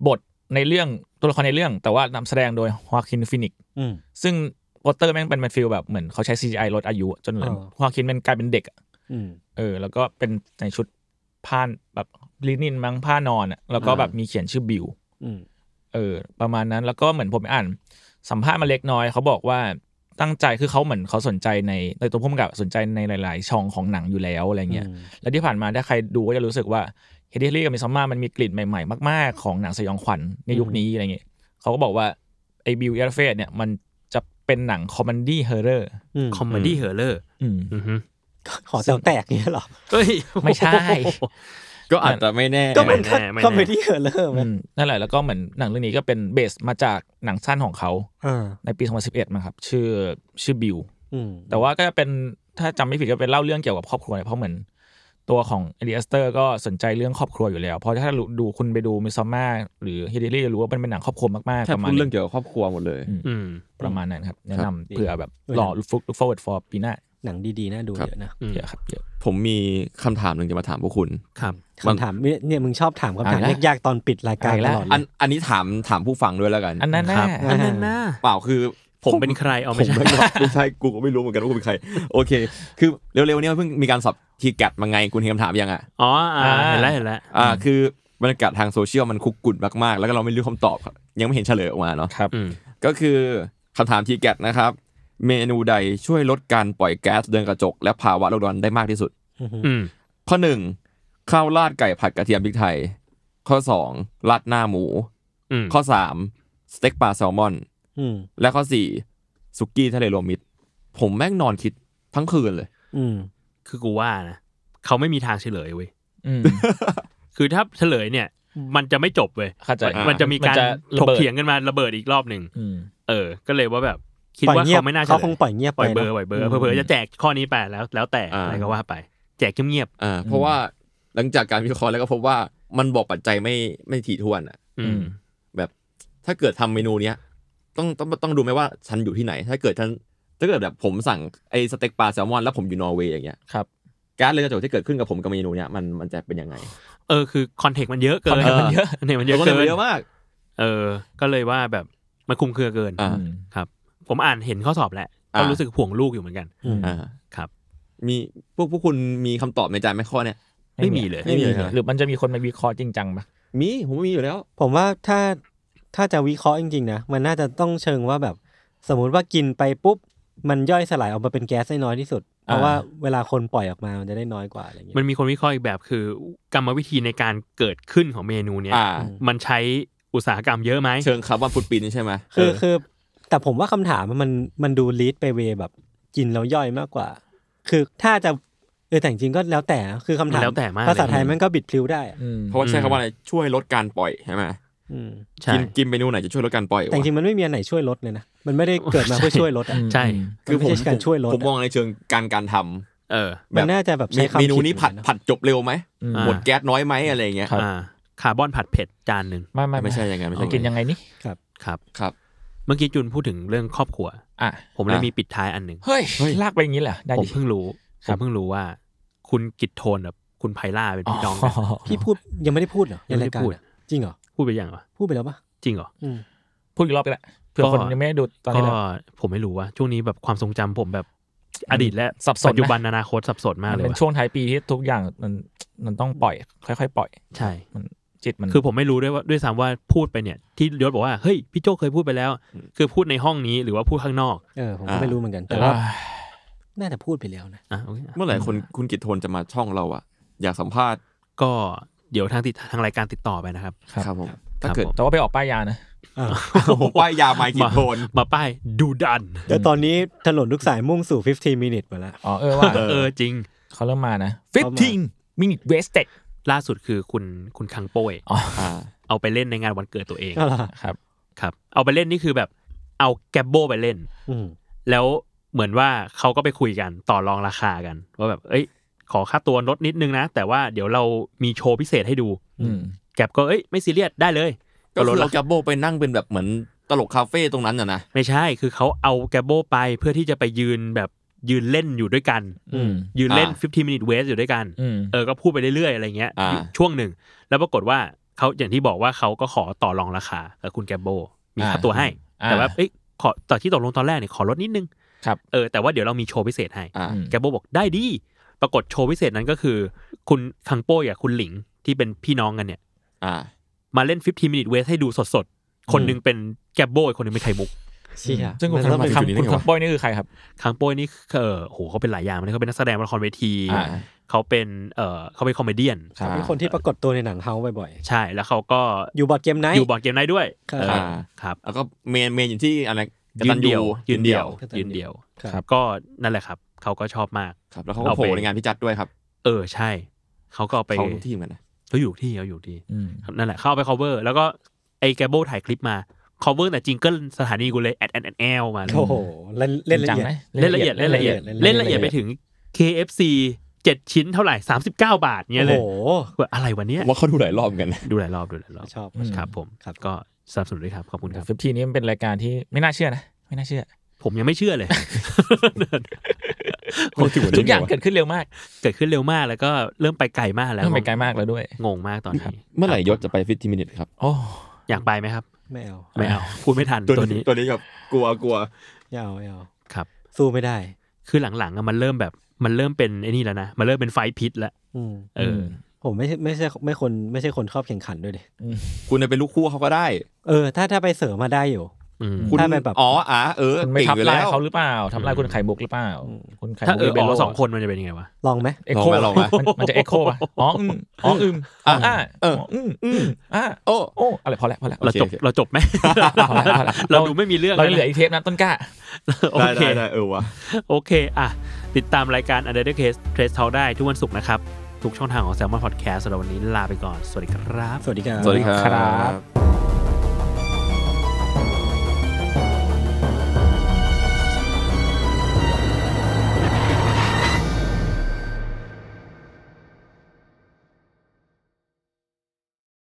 Speaker 6: บทในเรื่องตัวละครในเรื่อง แต่ว่านำแสดงโดยฮวาคินฟินิกซ์
Speaker 2: อืม
Speaker 6: ซึ่งโปสเตอร์แม่งเป็นเป็นฟิลแบบเหมือนเขาใช้ CGI ลดอายุ จนเหมือน
Speaker 2: อ๋อ
Speaker 6: ฮวาคินมันกลายเป็นเด็กอะ
Speaker 2: อืม
Speaker 6: เออ แล้วก็เป็นในชุดผ้าแบบลินินมั้งผ้านอนอะแล้วก็แบบมีเขียนชื่อบิว
Speaker 2: อืม
Speaker 6: เออประมาณนั้นแล้วก็เหมือนผมอ่าน สัมภาษณ์มาเล็กน้อยเขาบอกว่าตั้งใจคือเขาเหมือนเขาสนใจในในตัวผู้กำกับสนใจในหลาย ๆ ช่องของหนังอยู่แล้วอะไรเงี้ย
Speaker 2: อืม
Speaker 6: แล้วที่ผ่านมาถ้าใครดูก็จะรู้สึกว่าเฮดดี้ลี่กับมิซอมมามันมีกลิ่นใหม่ ๆ มาก ๆ ของหนังสยองขวัญในยุคนี้อะไรเงี้ยเขาก็บอกว่าไอ้บิวเอลเฟสเนี่ยมันจะเป็นหนังคอมเมดี้เฮอร์เรอร์
Speaker 2: อืม
Speaker 4: คอมเมดี้เฮอร์เลอร์
Speaker 6: อืม
Speaker 2: ขอแซวแตกเงี้ยเหรอ
Speaker 4: เอ้ย
Speaker 6: ไม่ใช่
Speaker 5: ก็อาจจะไม่แน่
Speaker 2: ก็มัน
Speaker 4: แ
Speaker 2: ก็
Speaker 4: ไม่
Speaker 2: ก็
Speaker 4: แ
Speaker 2: ไม่ที่เหินเริ่ม
Speaker 6: อืมนั่นแหละแล้วก็เหมือนหนังเรื่องนี้ก็เป็นเบสมาจากหนังสั้นของเขา
Speaker 2: อ่า
Speaker 6: ในปี 2011มั้งครับชื่อชื่อบิว
Speaker 2: อืม
Speaker 6: แต่ว่าก็จะเป็นถ้าจำไม่ผิดก็เป็นเล่าเรื่องเกี่ยวกับครอบครัวเนี่ยเพราะเหมือนตัวของเอลิอัสเตอร์ก็สนใจเรื่องครอบครัวอยู่แล้ว เพราะถ้าดูคุณไปดูมิซอมมาหรือฮิเดรี่จะรู้ว่าเป็นเป็นหนังครอบครัวมาก
Speaker 5: แท
Speaker 6: ๆป
Speaker 5: บ
Speaker 6: ระมา
Speaker 5: พู
Speaker 6: ณ
Speaker 5: ดเรื่อง
Speaker 6: นี้
Speaker 5: เกี่ยวกับครอบครัวหมดเลย
Speaker 4: อืม
Speaker 6: ประมาณนั้นครับ แนะครับ นำเผื่อแบบ
Speaker 2: เออ
Speaker 6: หล่อลุกฟุกลุก forward for ปีหน้า
Speaker 2: หนังดีๆน่าดู
Speaker 5: ครับ
Speaker 2: เยอะนะ
Speaker 4: อืม
Speaker 6: เยอะครับเยอะ
Speaker 5: ผมมีคำถามหนึ่งจะมาถามพวกคุณ
Speaker 4: ครับ
Speaker 5: บาง
Speaker 2: คำถามเนี่ยเนี่ยมึงชอบถามคำถาม
Speaker 5: อ่ะนะ
Speaker 2: ยากๆตอนปิดรายการตลอดเล
Speaker 5: อัน
Speaker 2: ย
Speaker 5: อันนี้ถามถามผู้ฟังด้วยแล้วกัน
Speaker 6: อันนั้น
Speaker 4: ครั
Speaker 6: น่า
Speaker 4: บอันนั้นน่า
Speaker 5: เปล่าคือ
Speaker 4: ผมเป็นใครเอา
Speaker 5: ผ
Speaker 4: ไม่
Speaker 5: ม
Speaker 4: ใช่
Speaker 5: ไม่รู้ไม่ใช่กูก็ไม่รู้เหมือนกันว่ากูเป็นใคร โอเค คือเร็วๆเนี้เพิ่งมีการสอบทีแกตมาไงคุณเห็นคำถามยังอ่ะ
Speaker 4: อ๋ออ่าเห็นแล้วเห็นแล้ว
Speaker 5: อ่าคือบรรยากาศทางโซเชียลมันคุกกุ่นมากๆ แล้วก็เราไม่รู้คำตอบครับยังไม่เห็นเฉลยออกมาเนาะ
Speaker 6: ครับ
Speaker 4: อืม
Speaker 5: ก็คือคำถามทีแกตนะครับ เมนูใดช่วยลดการปล่อยแก๊สเดือนกระจก และภาวะโลกร้อนได้มากที่สุด
Speaker 4: อืม
Speaker 5: ข้อหนึ่งข้าวราดไก่ผัดกระเทียมพริกไทย ข้อสองราดหน้าหมู
Speaker 4: อืม
Speaker 5: ข้อสามสเต็กปลาแซลมอน
Speaker 2: อืม
Speaker 5: และข้อสี่สุกี้ทะเลรวมมิตร ผมแม่งนอนคิดทั้งคืนเลย
Speaker 2: อืม
Speaker 4: คือกูว่านะเขาไม่มีทางเฉลยเว้ย
Speaker 6: อืม
Speaker 4: คือถ้าเฉลยเนี่ย มันจะไม่จบเว้ย
Speaker 6: เข้าใจ
Speaker 4: มันจะมีการ
Speaker 6: มันจะ
Speaker 4: ถก
Speaker 6: ระเบิด
Speaker 4: เถียงกันมาระเบิดอีกรอบหนึ่ง
Speaker 6: อืม
Speaker 4: เออ ก็เลยว่าแบบ คิด
Speaker 2: ปล่อย
Speaker 4: ว่า
Speaker 2: เงียบ
Speaker 4: เขาไม่น่าฉล
Speaker 2: เขาคงปล่อยเงียบไป
Speaker 4: ปล่อยเบอร์
Speaker 2: เนอะ
Speaker 4: ปล่อย
Speaker 2: อืม
Speaker 4: เบอร์เผื่อๆจะแจกข้อนี้ไปแล้ว แล้วแต่
Speaker 5: อ่า
Speaker 4: อะไรก็ว่าไป แจกเงียบ
Speaker 5: อ่าเพราะว่าหลังจากการวิเคราะห์แล้วก็พบว่ามันบอกปัจจัยไม่ไม่ถี่ถ้วนอ่ะ
Speaker 4: ๆอืม
Speaker 5: แบบถ้าเกิดทำเมนูเนี้ยต้องต้องต้องดูไหมว่าฉันอยู่ที่ไหน ถ้าเกิดฉันถ้าเกิดแบบผมสั่งไอ้สเต็กปลาแซลมอนแล้วผมอยู่นอร์เวย์อย่างเงี้ย
Speaker 6: ครับ
Speaker 5: แการเรือนกระจกที่เกิดขึ้นกับผมกับเมนูเนี้ยมันมันจะเป็นยังไง
Speaker 4: เออคือคอนเทกต์มันเยอะเกิน
Speaker 6: คอนเทกต์มันเยอะ
Speaker 4: คอนเทกต์มันเยอะเกิน
Speaker 5: เยอะมาก
Speaker 4: เออ ก็เลยว่าแบบมันคลุมเครือเกิน
Speaker 5: อ่า
Speaker 6: อืม
Speaker 4: ครับ ผมอ่านเห็นข้อสอบแหละ
Speaker 5: อ่า
Speaker 4: ก็รู้สึกห่วงลูกอยู่เหมือนกัน
Speaker 5: อ่า
Speaker 4: ครับ
Speaker 5: มีพวกพวกคุณมีคำตอบในใจไหมข้อเนี้ย
Speaker 4: ไม่มีเลย
Speaker 5: ไม่มี
Speaker 6: หรือมันจะมีคนมาวิเคราะห์จริงจังปะ
Speaker 5: มีผมว่ามีอยู่แล้ว
Speaker 2: ผมว่าถ้าถ้าจะวิเคราะห์จริงๆนะมันน่าจะต้องเชิงว่าแบบ สมมุติว่ากินไปปุ๊บ มันย่อยสลายออกมาเป็นแก๊สได้น้อยที่สุด เพราะว่าเวลาคนปล่อยออกมามันจะได้น้อยกว่าอะไรอย่างเงี้ย
Speaker 4: มันมีคนวิเคราะห์อีกแบบคือกรรมวิธีในการเกิดขึ้นของเมนูเนี้ย
Speaker 5: อ่า
Speaker 4: มันใช้อุตสาหกรรมเยอะไหม
Speaker 5: เชิงคาร์บอนฟุตปรินท์ใช่ไหม
Speaker 2: คือ
Speaker 5: เ
Speaker 2: คือแต่ผมว่าคำถามมันมันดูลีดไปเวแบบกินแล้วย่อยมากกว่า คือถ้าจะเออแต่จริงๆก็แล้วแต่นะคือคำถาม
Speaker 4: แล้วแต่มาก
Speaker 2: ภาษาไทย
Speaker 4: เล
Speaker 2: มันก็บิดพลิ้วได้อะ
Speaker 6: อืม
Speaker 5: เพราะว่าใช้คำว่าอะไรช่วยลดการปล่อยใช่ไหม
Speaker 2: อืม
Speaker 4: ใช่
Speaker 5: กินกินเมนูไหนจะช่วยลดการปล่อยวะ
Speaker 2: แต่จริงๆมันไม่มีอันไหนช่วยลดเลยนะ มันไม่ได้เกิดมาเพื่อช่วยลดอะ
Speaker 4: ใช่
Speaker 2: มันไม่ใช่การช่วยลดอะ
Speaker 5: ผมมองในเชิงการการทำ
Speaker 4: เออ
Speaker 5: แบบ
Speaker 2: มันน่าจะแบบใช้คำ
Speaker 5: เมนูนี้ผัด
Speaker 2: ผิเหมือกัะ
Speaker 5: ผัดจบเร็วไหม
Speaker 6: อืม
Speaker 4: อ่า
Speaker 5: หมดแก๊สน้อยไหมอะไรอย่างเงี้ย
Speaker 6: ครับ
Speaker 4: อ่าคาร์บอนผัดเผ็ดจานหนึ่ง
Speaker 6: ไม่ไม่
Speaker 5: ไม่ใช่อย่างนั้นไม่ใช่
Speaker 6: จะกินยังไงนี่
Speaker 4: ครับ
Speaker 5: ครับ
Speaker 4: เมื่อกี้จุนพูดถึงเรื่องครอบครัว
Speaker 6: อ่ะ
Speaker 4: ผมเลย
Speaker 5: อ่ะ
Speaker 4: มีปิดท้ายอันหนึ่ง
Speaker 6: เฮ้ยลากไปอย่างนี้เหรอได้
Speaker 4: ผ
Speaker 6: ดิ
Speaker 4: มเพิ่งรู้
Speaker 6: ค
Speaker 4: ผ
Speaker 6: รับ
Speaker 4: มเพิ่งรู้ว่า คุณกิตโทนกับคุณไพล่าเป็นพี่น้องกัน
Speaker 2: พี่พูดยังไม่ได้พูดเหรอ
Speaker 4: ยังไม่
Speaker 2: ในราย
Speaker 4: ได้
Speaker 2: การ
Speaker 4: พูด
Speaker 2: อะจริงเหรอ
Speaker 4: พูดไปยังวะ
Speaker 2: พูดไปแล้วปะ
Speaker 4: จริงเหรอ
Speaker 2: อืม
Speaker 6: พูดอีกรอบก็ได้เผื่อ
Speaker 4: ก็
Speaker 6: คนยังไม่ได้ดูตอน
Speaker 4: ก็
Speaker 6: นี้เลย
Speaker 4: ผมไม่รู้ว่า ช่วงนี้แบบความทรงจำผมแบบอดีตและ
Speaker 6: สับสนนะ
Speaker 4: ปัจจุบันอนาคตสับสนมาก
Speaker 6: มัน
Speaker 4: เลย
Speaker 6: เป็น
Speaker 4: ว่ะ
Speaker 6: ช่วงท้ายปีที่ทุกอย่างมันมันต้องปล่อย ค่อยๆ ปล่อย
Speaker 4: ใช่
Speaker 6: จิตมัน
Speaker 4: คือผมไม่รู้ด้วยว่าด้วยซ้ำว่าพูดไปเนี่ย ที่ยศบอกว่าเฮ้ยพี่โจเคยพูดไปแล้ว คือพูดในห้องนี้หรือว่าพูดข้างนอก
Speaker 2: เออผมก็
Speaker 5: อ่า
Speaker 2: ไม่รู้เหมือนกัน แต่
Speaker 6: เออ
Speaker 2: ว่าน่าจะพูดไปแล้วนะ
Speaker 4: อ่ะโอเค
Speaker 5: เมื่อไหร่คนคุณกิตโทนจะมาช่องเราอะอยากสัมภาษณ์
Speaker 4: ก็เดี๋ยวทางติดทางรายการติดต่อไปนะครับ
Speaker 6: ครับ
Speaker 5: ครับผม
Speaker 4: ครั
Speaker 5: ถ้า
Speaker 4: บ
Speaker 5: เกิด
Speaker 4: ผม
Speaker 6: แต่ว่าไปออกป้ายยานะ
Speaker 5: ผม ป้ายยาไมค์กิตโทน
Speaker 4: มาป้ายดูดัน
Speaker 2: แล้วตอนนี้ถนนทุกสายมุ่งสู่ 15 minute หมดแล้ว
Speaker 6: อ๋อเออว่า
Speaker 4: เออจริง
Speaker 6: เขาเริ่มมานะ
Speaker 2: เข้ามา
Speaker 6: 15 minute wasted
Speaker 4: ล่าสุดคือคุณคุณคังโป้ย
Speaker 6: อ๋อ
Speaker 4: เอาไปเล่นในงานวันเกิดตัวเอง
Speaker 2: เอาล่ะ
Speaker 6: ครับ
Speaker 4: ครับเอาไปเล่นนี่คือแบบเอาแกบโบไปเล่น
Speaker 2: อืม
Speaker 4: แล้วเหมือนว่าเขาก็ไปคุยกันต่อรองราคากัน ว่าแบบ เอ้ย ขอค่าตัวลดนิดนึงนะ แต่ว่าเดี๋ยวเรามีโชว์พิเศษให้ดู
Speaker 6: อืม
Speaker 4: แกบก็เอ้ยไม่ซีเรียสได้เลย
Speaker 5: ก็คือ
Speaker 4: ลด
Speaker 5: เรา
Speaker 4: รา
Speaker 5: แก
Speaker 4: คา
Speaker 5: บโบไปนั่งเป็นแบบเหมือนตลกคาเฟ่ตรงนั้นอะนะ
Speaker 4: ไม่ใช่คือเขาเอาแกบโบไปเพื่อที่จะไปยืนแบบยืนเล่นอยู่ด้วยกัน
Speaker 6: อืม
Speaker 4: ยืนเล่น 15 minute w a s t อยู่ด้วยกัน
Speaker 6: อืม
Speaker 4: เออก็พูดไปเรื่อยๆอะไรเงี้ย
Speaker 5: อ่า
Speaker 4: ช่วงหนึ่ง แล้วปรากฏว่าเขาอย่างที่บอกว่าเขาก็ขอต่อรองราคากับคุณแกมโบ มีค่า
Speaker 6: อ่า
Speaker 4: ตัวให้
Speaker 6: อ่า
Speaker 4: แต่ว่าเอ้ยขอต่อที่ตกลงตอนแรกเนี่ยขอลดนิดนึง
Speaker 6: ครับ
Speaker 4: เออแต่ว่าเดี๋ยวเรามีโชว์พิเศษให้
Speaker 5: อ่า
Speaker 4: แกมโบบอกได้ดี ปรากฏโชว์พิเศษนั้นก็คือ คุณคังโป้ยกับคุณหลิงที่เป็นพี่น้องกันเนี่ย
Speaker 5: อ่า
Speaker 4: มาเล่น 15 minute waste ให้ดูสดๆ คนหนึงเป็นแกมโบอีกคนหนึงเป็นไข่มุก
Speaker 2: เชี่ย
Speaker 6: ซึ่งคุณ
Speaker 2: มัน
Speaker 6: คำ
Speaker 2: เริ่มเป็น
Speaker 6: คำคุณ
Speaker 5: จุดนี้ได้ไงวะ
Speaker 6: คำป้อยนี่คือใครครับ
Speaker 4: คังโป้ยนี่เออโหเขาเป็นหลายอย่างมากเลยเขาเป็นนักแสดงละครเวที
Speaker 5: อ่า
Speaker 4: เขาเป็นเออเขาเป็นคอมเมเดี้
Speaker 5: ครับ
Speaker 2: เป็นคนที่ปรากฏตัวในหนังเฮาบ่อย
Speaker 4: ใช่แล้วเขาก็
Speaker 2: ๆอยู่บอร์ดเกมไนท์
Speaker 4: อยู่บอร์ดเกมไนท์ด้วย
Speaker 2: ครับ
Speaker 4: เอออา ครับ
Speaker 5: แล้วก็เมนเมนอยู่ที่อะไรก
Speaker 4: ยื
Speaker 5: ตั
Speaker 4: นเดียว ยืนเดียว
Speaker 2: กตัญญู
Speaker 4: ยืนเดียว
Speaker 2: ครับ
Speaker 4: ก็นั่นแหละครับ เขาก็ชอบมาก
Speaker 5: ครับแล้วเขาก็โผล่ในงานพี่จัดด้วยครับ
Speaker 4: เออใช่ เขาก็เอาไป
Speaker 5: เขาทุกที่เหมือนกันนะ
Speaker 4: เขาอยู่ที่เขาอยู่ที่
Speaker 6: อืม
Speaker 4: ครับนั่นแหละ เข้าเอาไป cover แล้วก็ไอ้แกโบถ่ายคลิปมา cover แต่จิงเกิลสถานีกูเลยแอดแอดแอลมาเลย
Speaker 2: โอ้โหเล่นเล่นละ
Speaker 6: จริง
Speaker 2: เอีย
Speaker 6: จัง
Speaker 2: ด
Speaker 6: ไหม
Speaker 4: เล่นละเอียดเล่นละเอียด
Speaker 2: เล่
Speaker 4: เล่
Speaker 2: น
Speaker 4: น
Speaker 2: ละ
Speaker 4: ละ
Speaker 2: เอี
Speaker 4: เอี
Speaker 2: ย
Speaker 4: ย
Speaker 2: ด
Speaker 4: ดไปถึง KFC 7 ชิ้นเท่าไหร่ 39 บาทเงี้ยเลย
Speaker 2: โอ้โห
Speaker 4: ว่าอะไรวันเนี้ย
Speaker 5: ว่าเขาดูหลายรอบเหมือนกันนะ
Speaker 4: ดูหลายรอบดูหลายรอบ
Speaker 2: ชอบ
Speaker 4: ครับผม
Speaker 2: ครับ
Speaker 4: ก็สนับสนุนด้วยครับขอบคุณครับ
Speaker 6: ฟิฟทีนี้มันเป็นรายการที่ไม่น่าเชื่อนะ ไม่น่าเชื่อ
Speaker 4: ผมยังไม่เชื่อเลย
Speaker 6: ทุกอย่างเกิดขึ้นเร็วมาก
Speaker 4: เกิดขึ้นเร็วมากแล้วก็เริ่มไปไกลมากแล้ว
Speaker 6: เริ่มไปไกลมากแล้วด้วย
Speaker 4: งงมากตอนนี้
Speaker 5: เมื่อไหร่ยศจะไปฟิตทีมินิทครับ
Speaker 6: โอ้
Speaker 4: อยากไปไหมครับ
Speaker 2: ไม่เอา
Speaker 4: ไม่เอา พูดไม่ทันตัวนี้
Speaker 5: ตัวนี้กับกลัวกลัว
Speaker 2: ไม่เอาไม่เอา
Speaker 4: ครับ
Speaker 2: สู้ไม่ได้
Speaker 4: คือหลังๆอะมันเริ่มแบบมันเริ่มเป็นไอ้นี่แล้วนะมันเริ่มเป็นไฟพิษแล้ว
Speaker 2: อืม
Speaker 4: เอออ
Speaker 2: ผมไม่ใช่ไม่ใช่ไม่คนไม่ใช่คนชอบแข่งขันด้วยดิ
Speaker 5: คุณจะเป็นลูกคู่เขาก็ได้
Speaker 2: เออ ถ้าถ้าไปเสริมมาได้อยู่
Speaker 4: อืม
Speaker 5: คุณ
Speaker 2: ถ้าเป็นแบบ
Speaker 5: อ๋ออ่ะเออ
Speaker 6: คุณไม่
Speaker 5: เก่ง
Speaker 6: ทับ
Speaker 5: อยู่
Speaker 6: ลาย
Speaker 5: แล้ว
Speaker 6: เขาหรือเปล่าทำลายคุณไข่บุกหรือเปล่า คุณไข่
Speaker 4: ถ้า
Speaker 6: บุก
Speaker 4: เออ
Speaker 6: เบ
Speaker 4: อ
Speaker 6: โล
Speaker 4: อกสองคนมันจะเป็นยังไงวะ
Speaker 2: ลองไหม
Speaker 6: เอ็กโค
Speaker 5: ลองไหมลองไหม
Speaker 6: มันมันจะเอ็กโคป่ะอ๋ออืมอ๋ออืมอ๋ออ่า
Speaker 5: เอออื
Speaker 6: อืมอืมอ่า
Speaker 5: โอ้
Speaker 6: โอ้อะไรพอแล้วพอแล้ว
Speaker 4: เราจบ
Speaker 5: โอเค
Speaker 4: เราจบไหม
Speaker 6: เอาละเอาละ
Speaker 4: เราดูไม่มีเรื่อง
Speaker 6: เรา
Speaker 4: แล้ว
Speaker 6: เหลืออีกเทปนะต้นกล้า
Speaker 4: โอ
Speaker 5: ได้
Speaker 4: เค
Speaker 5: ได้ได้เออวะ
Speaker 4: โอเคอ่ะติดตามรายการ u n d e r t a Case Trace Talk ได้ทุกวันศุกร์นะครับทุกช่องทางของ Salmon Podcast สำหรับวันนี้ลาไปก่อนสวัสดีครับ
Speaker 2: สวัสดีครับ
Speaker 5: สวัสดีครับ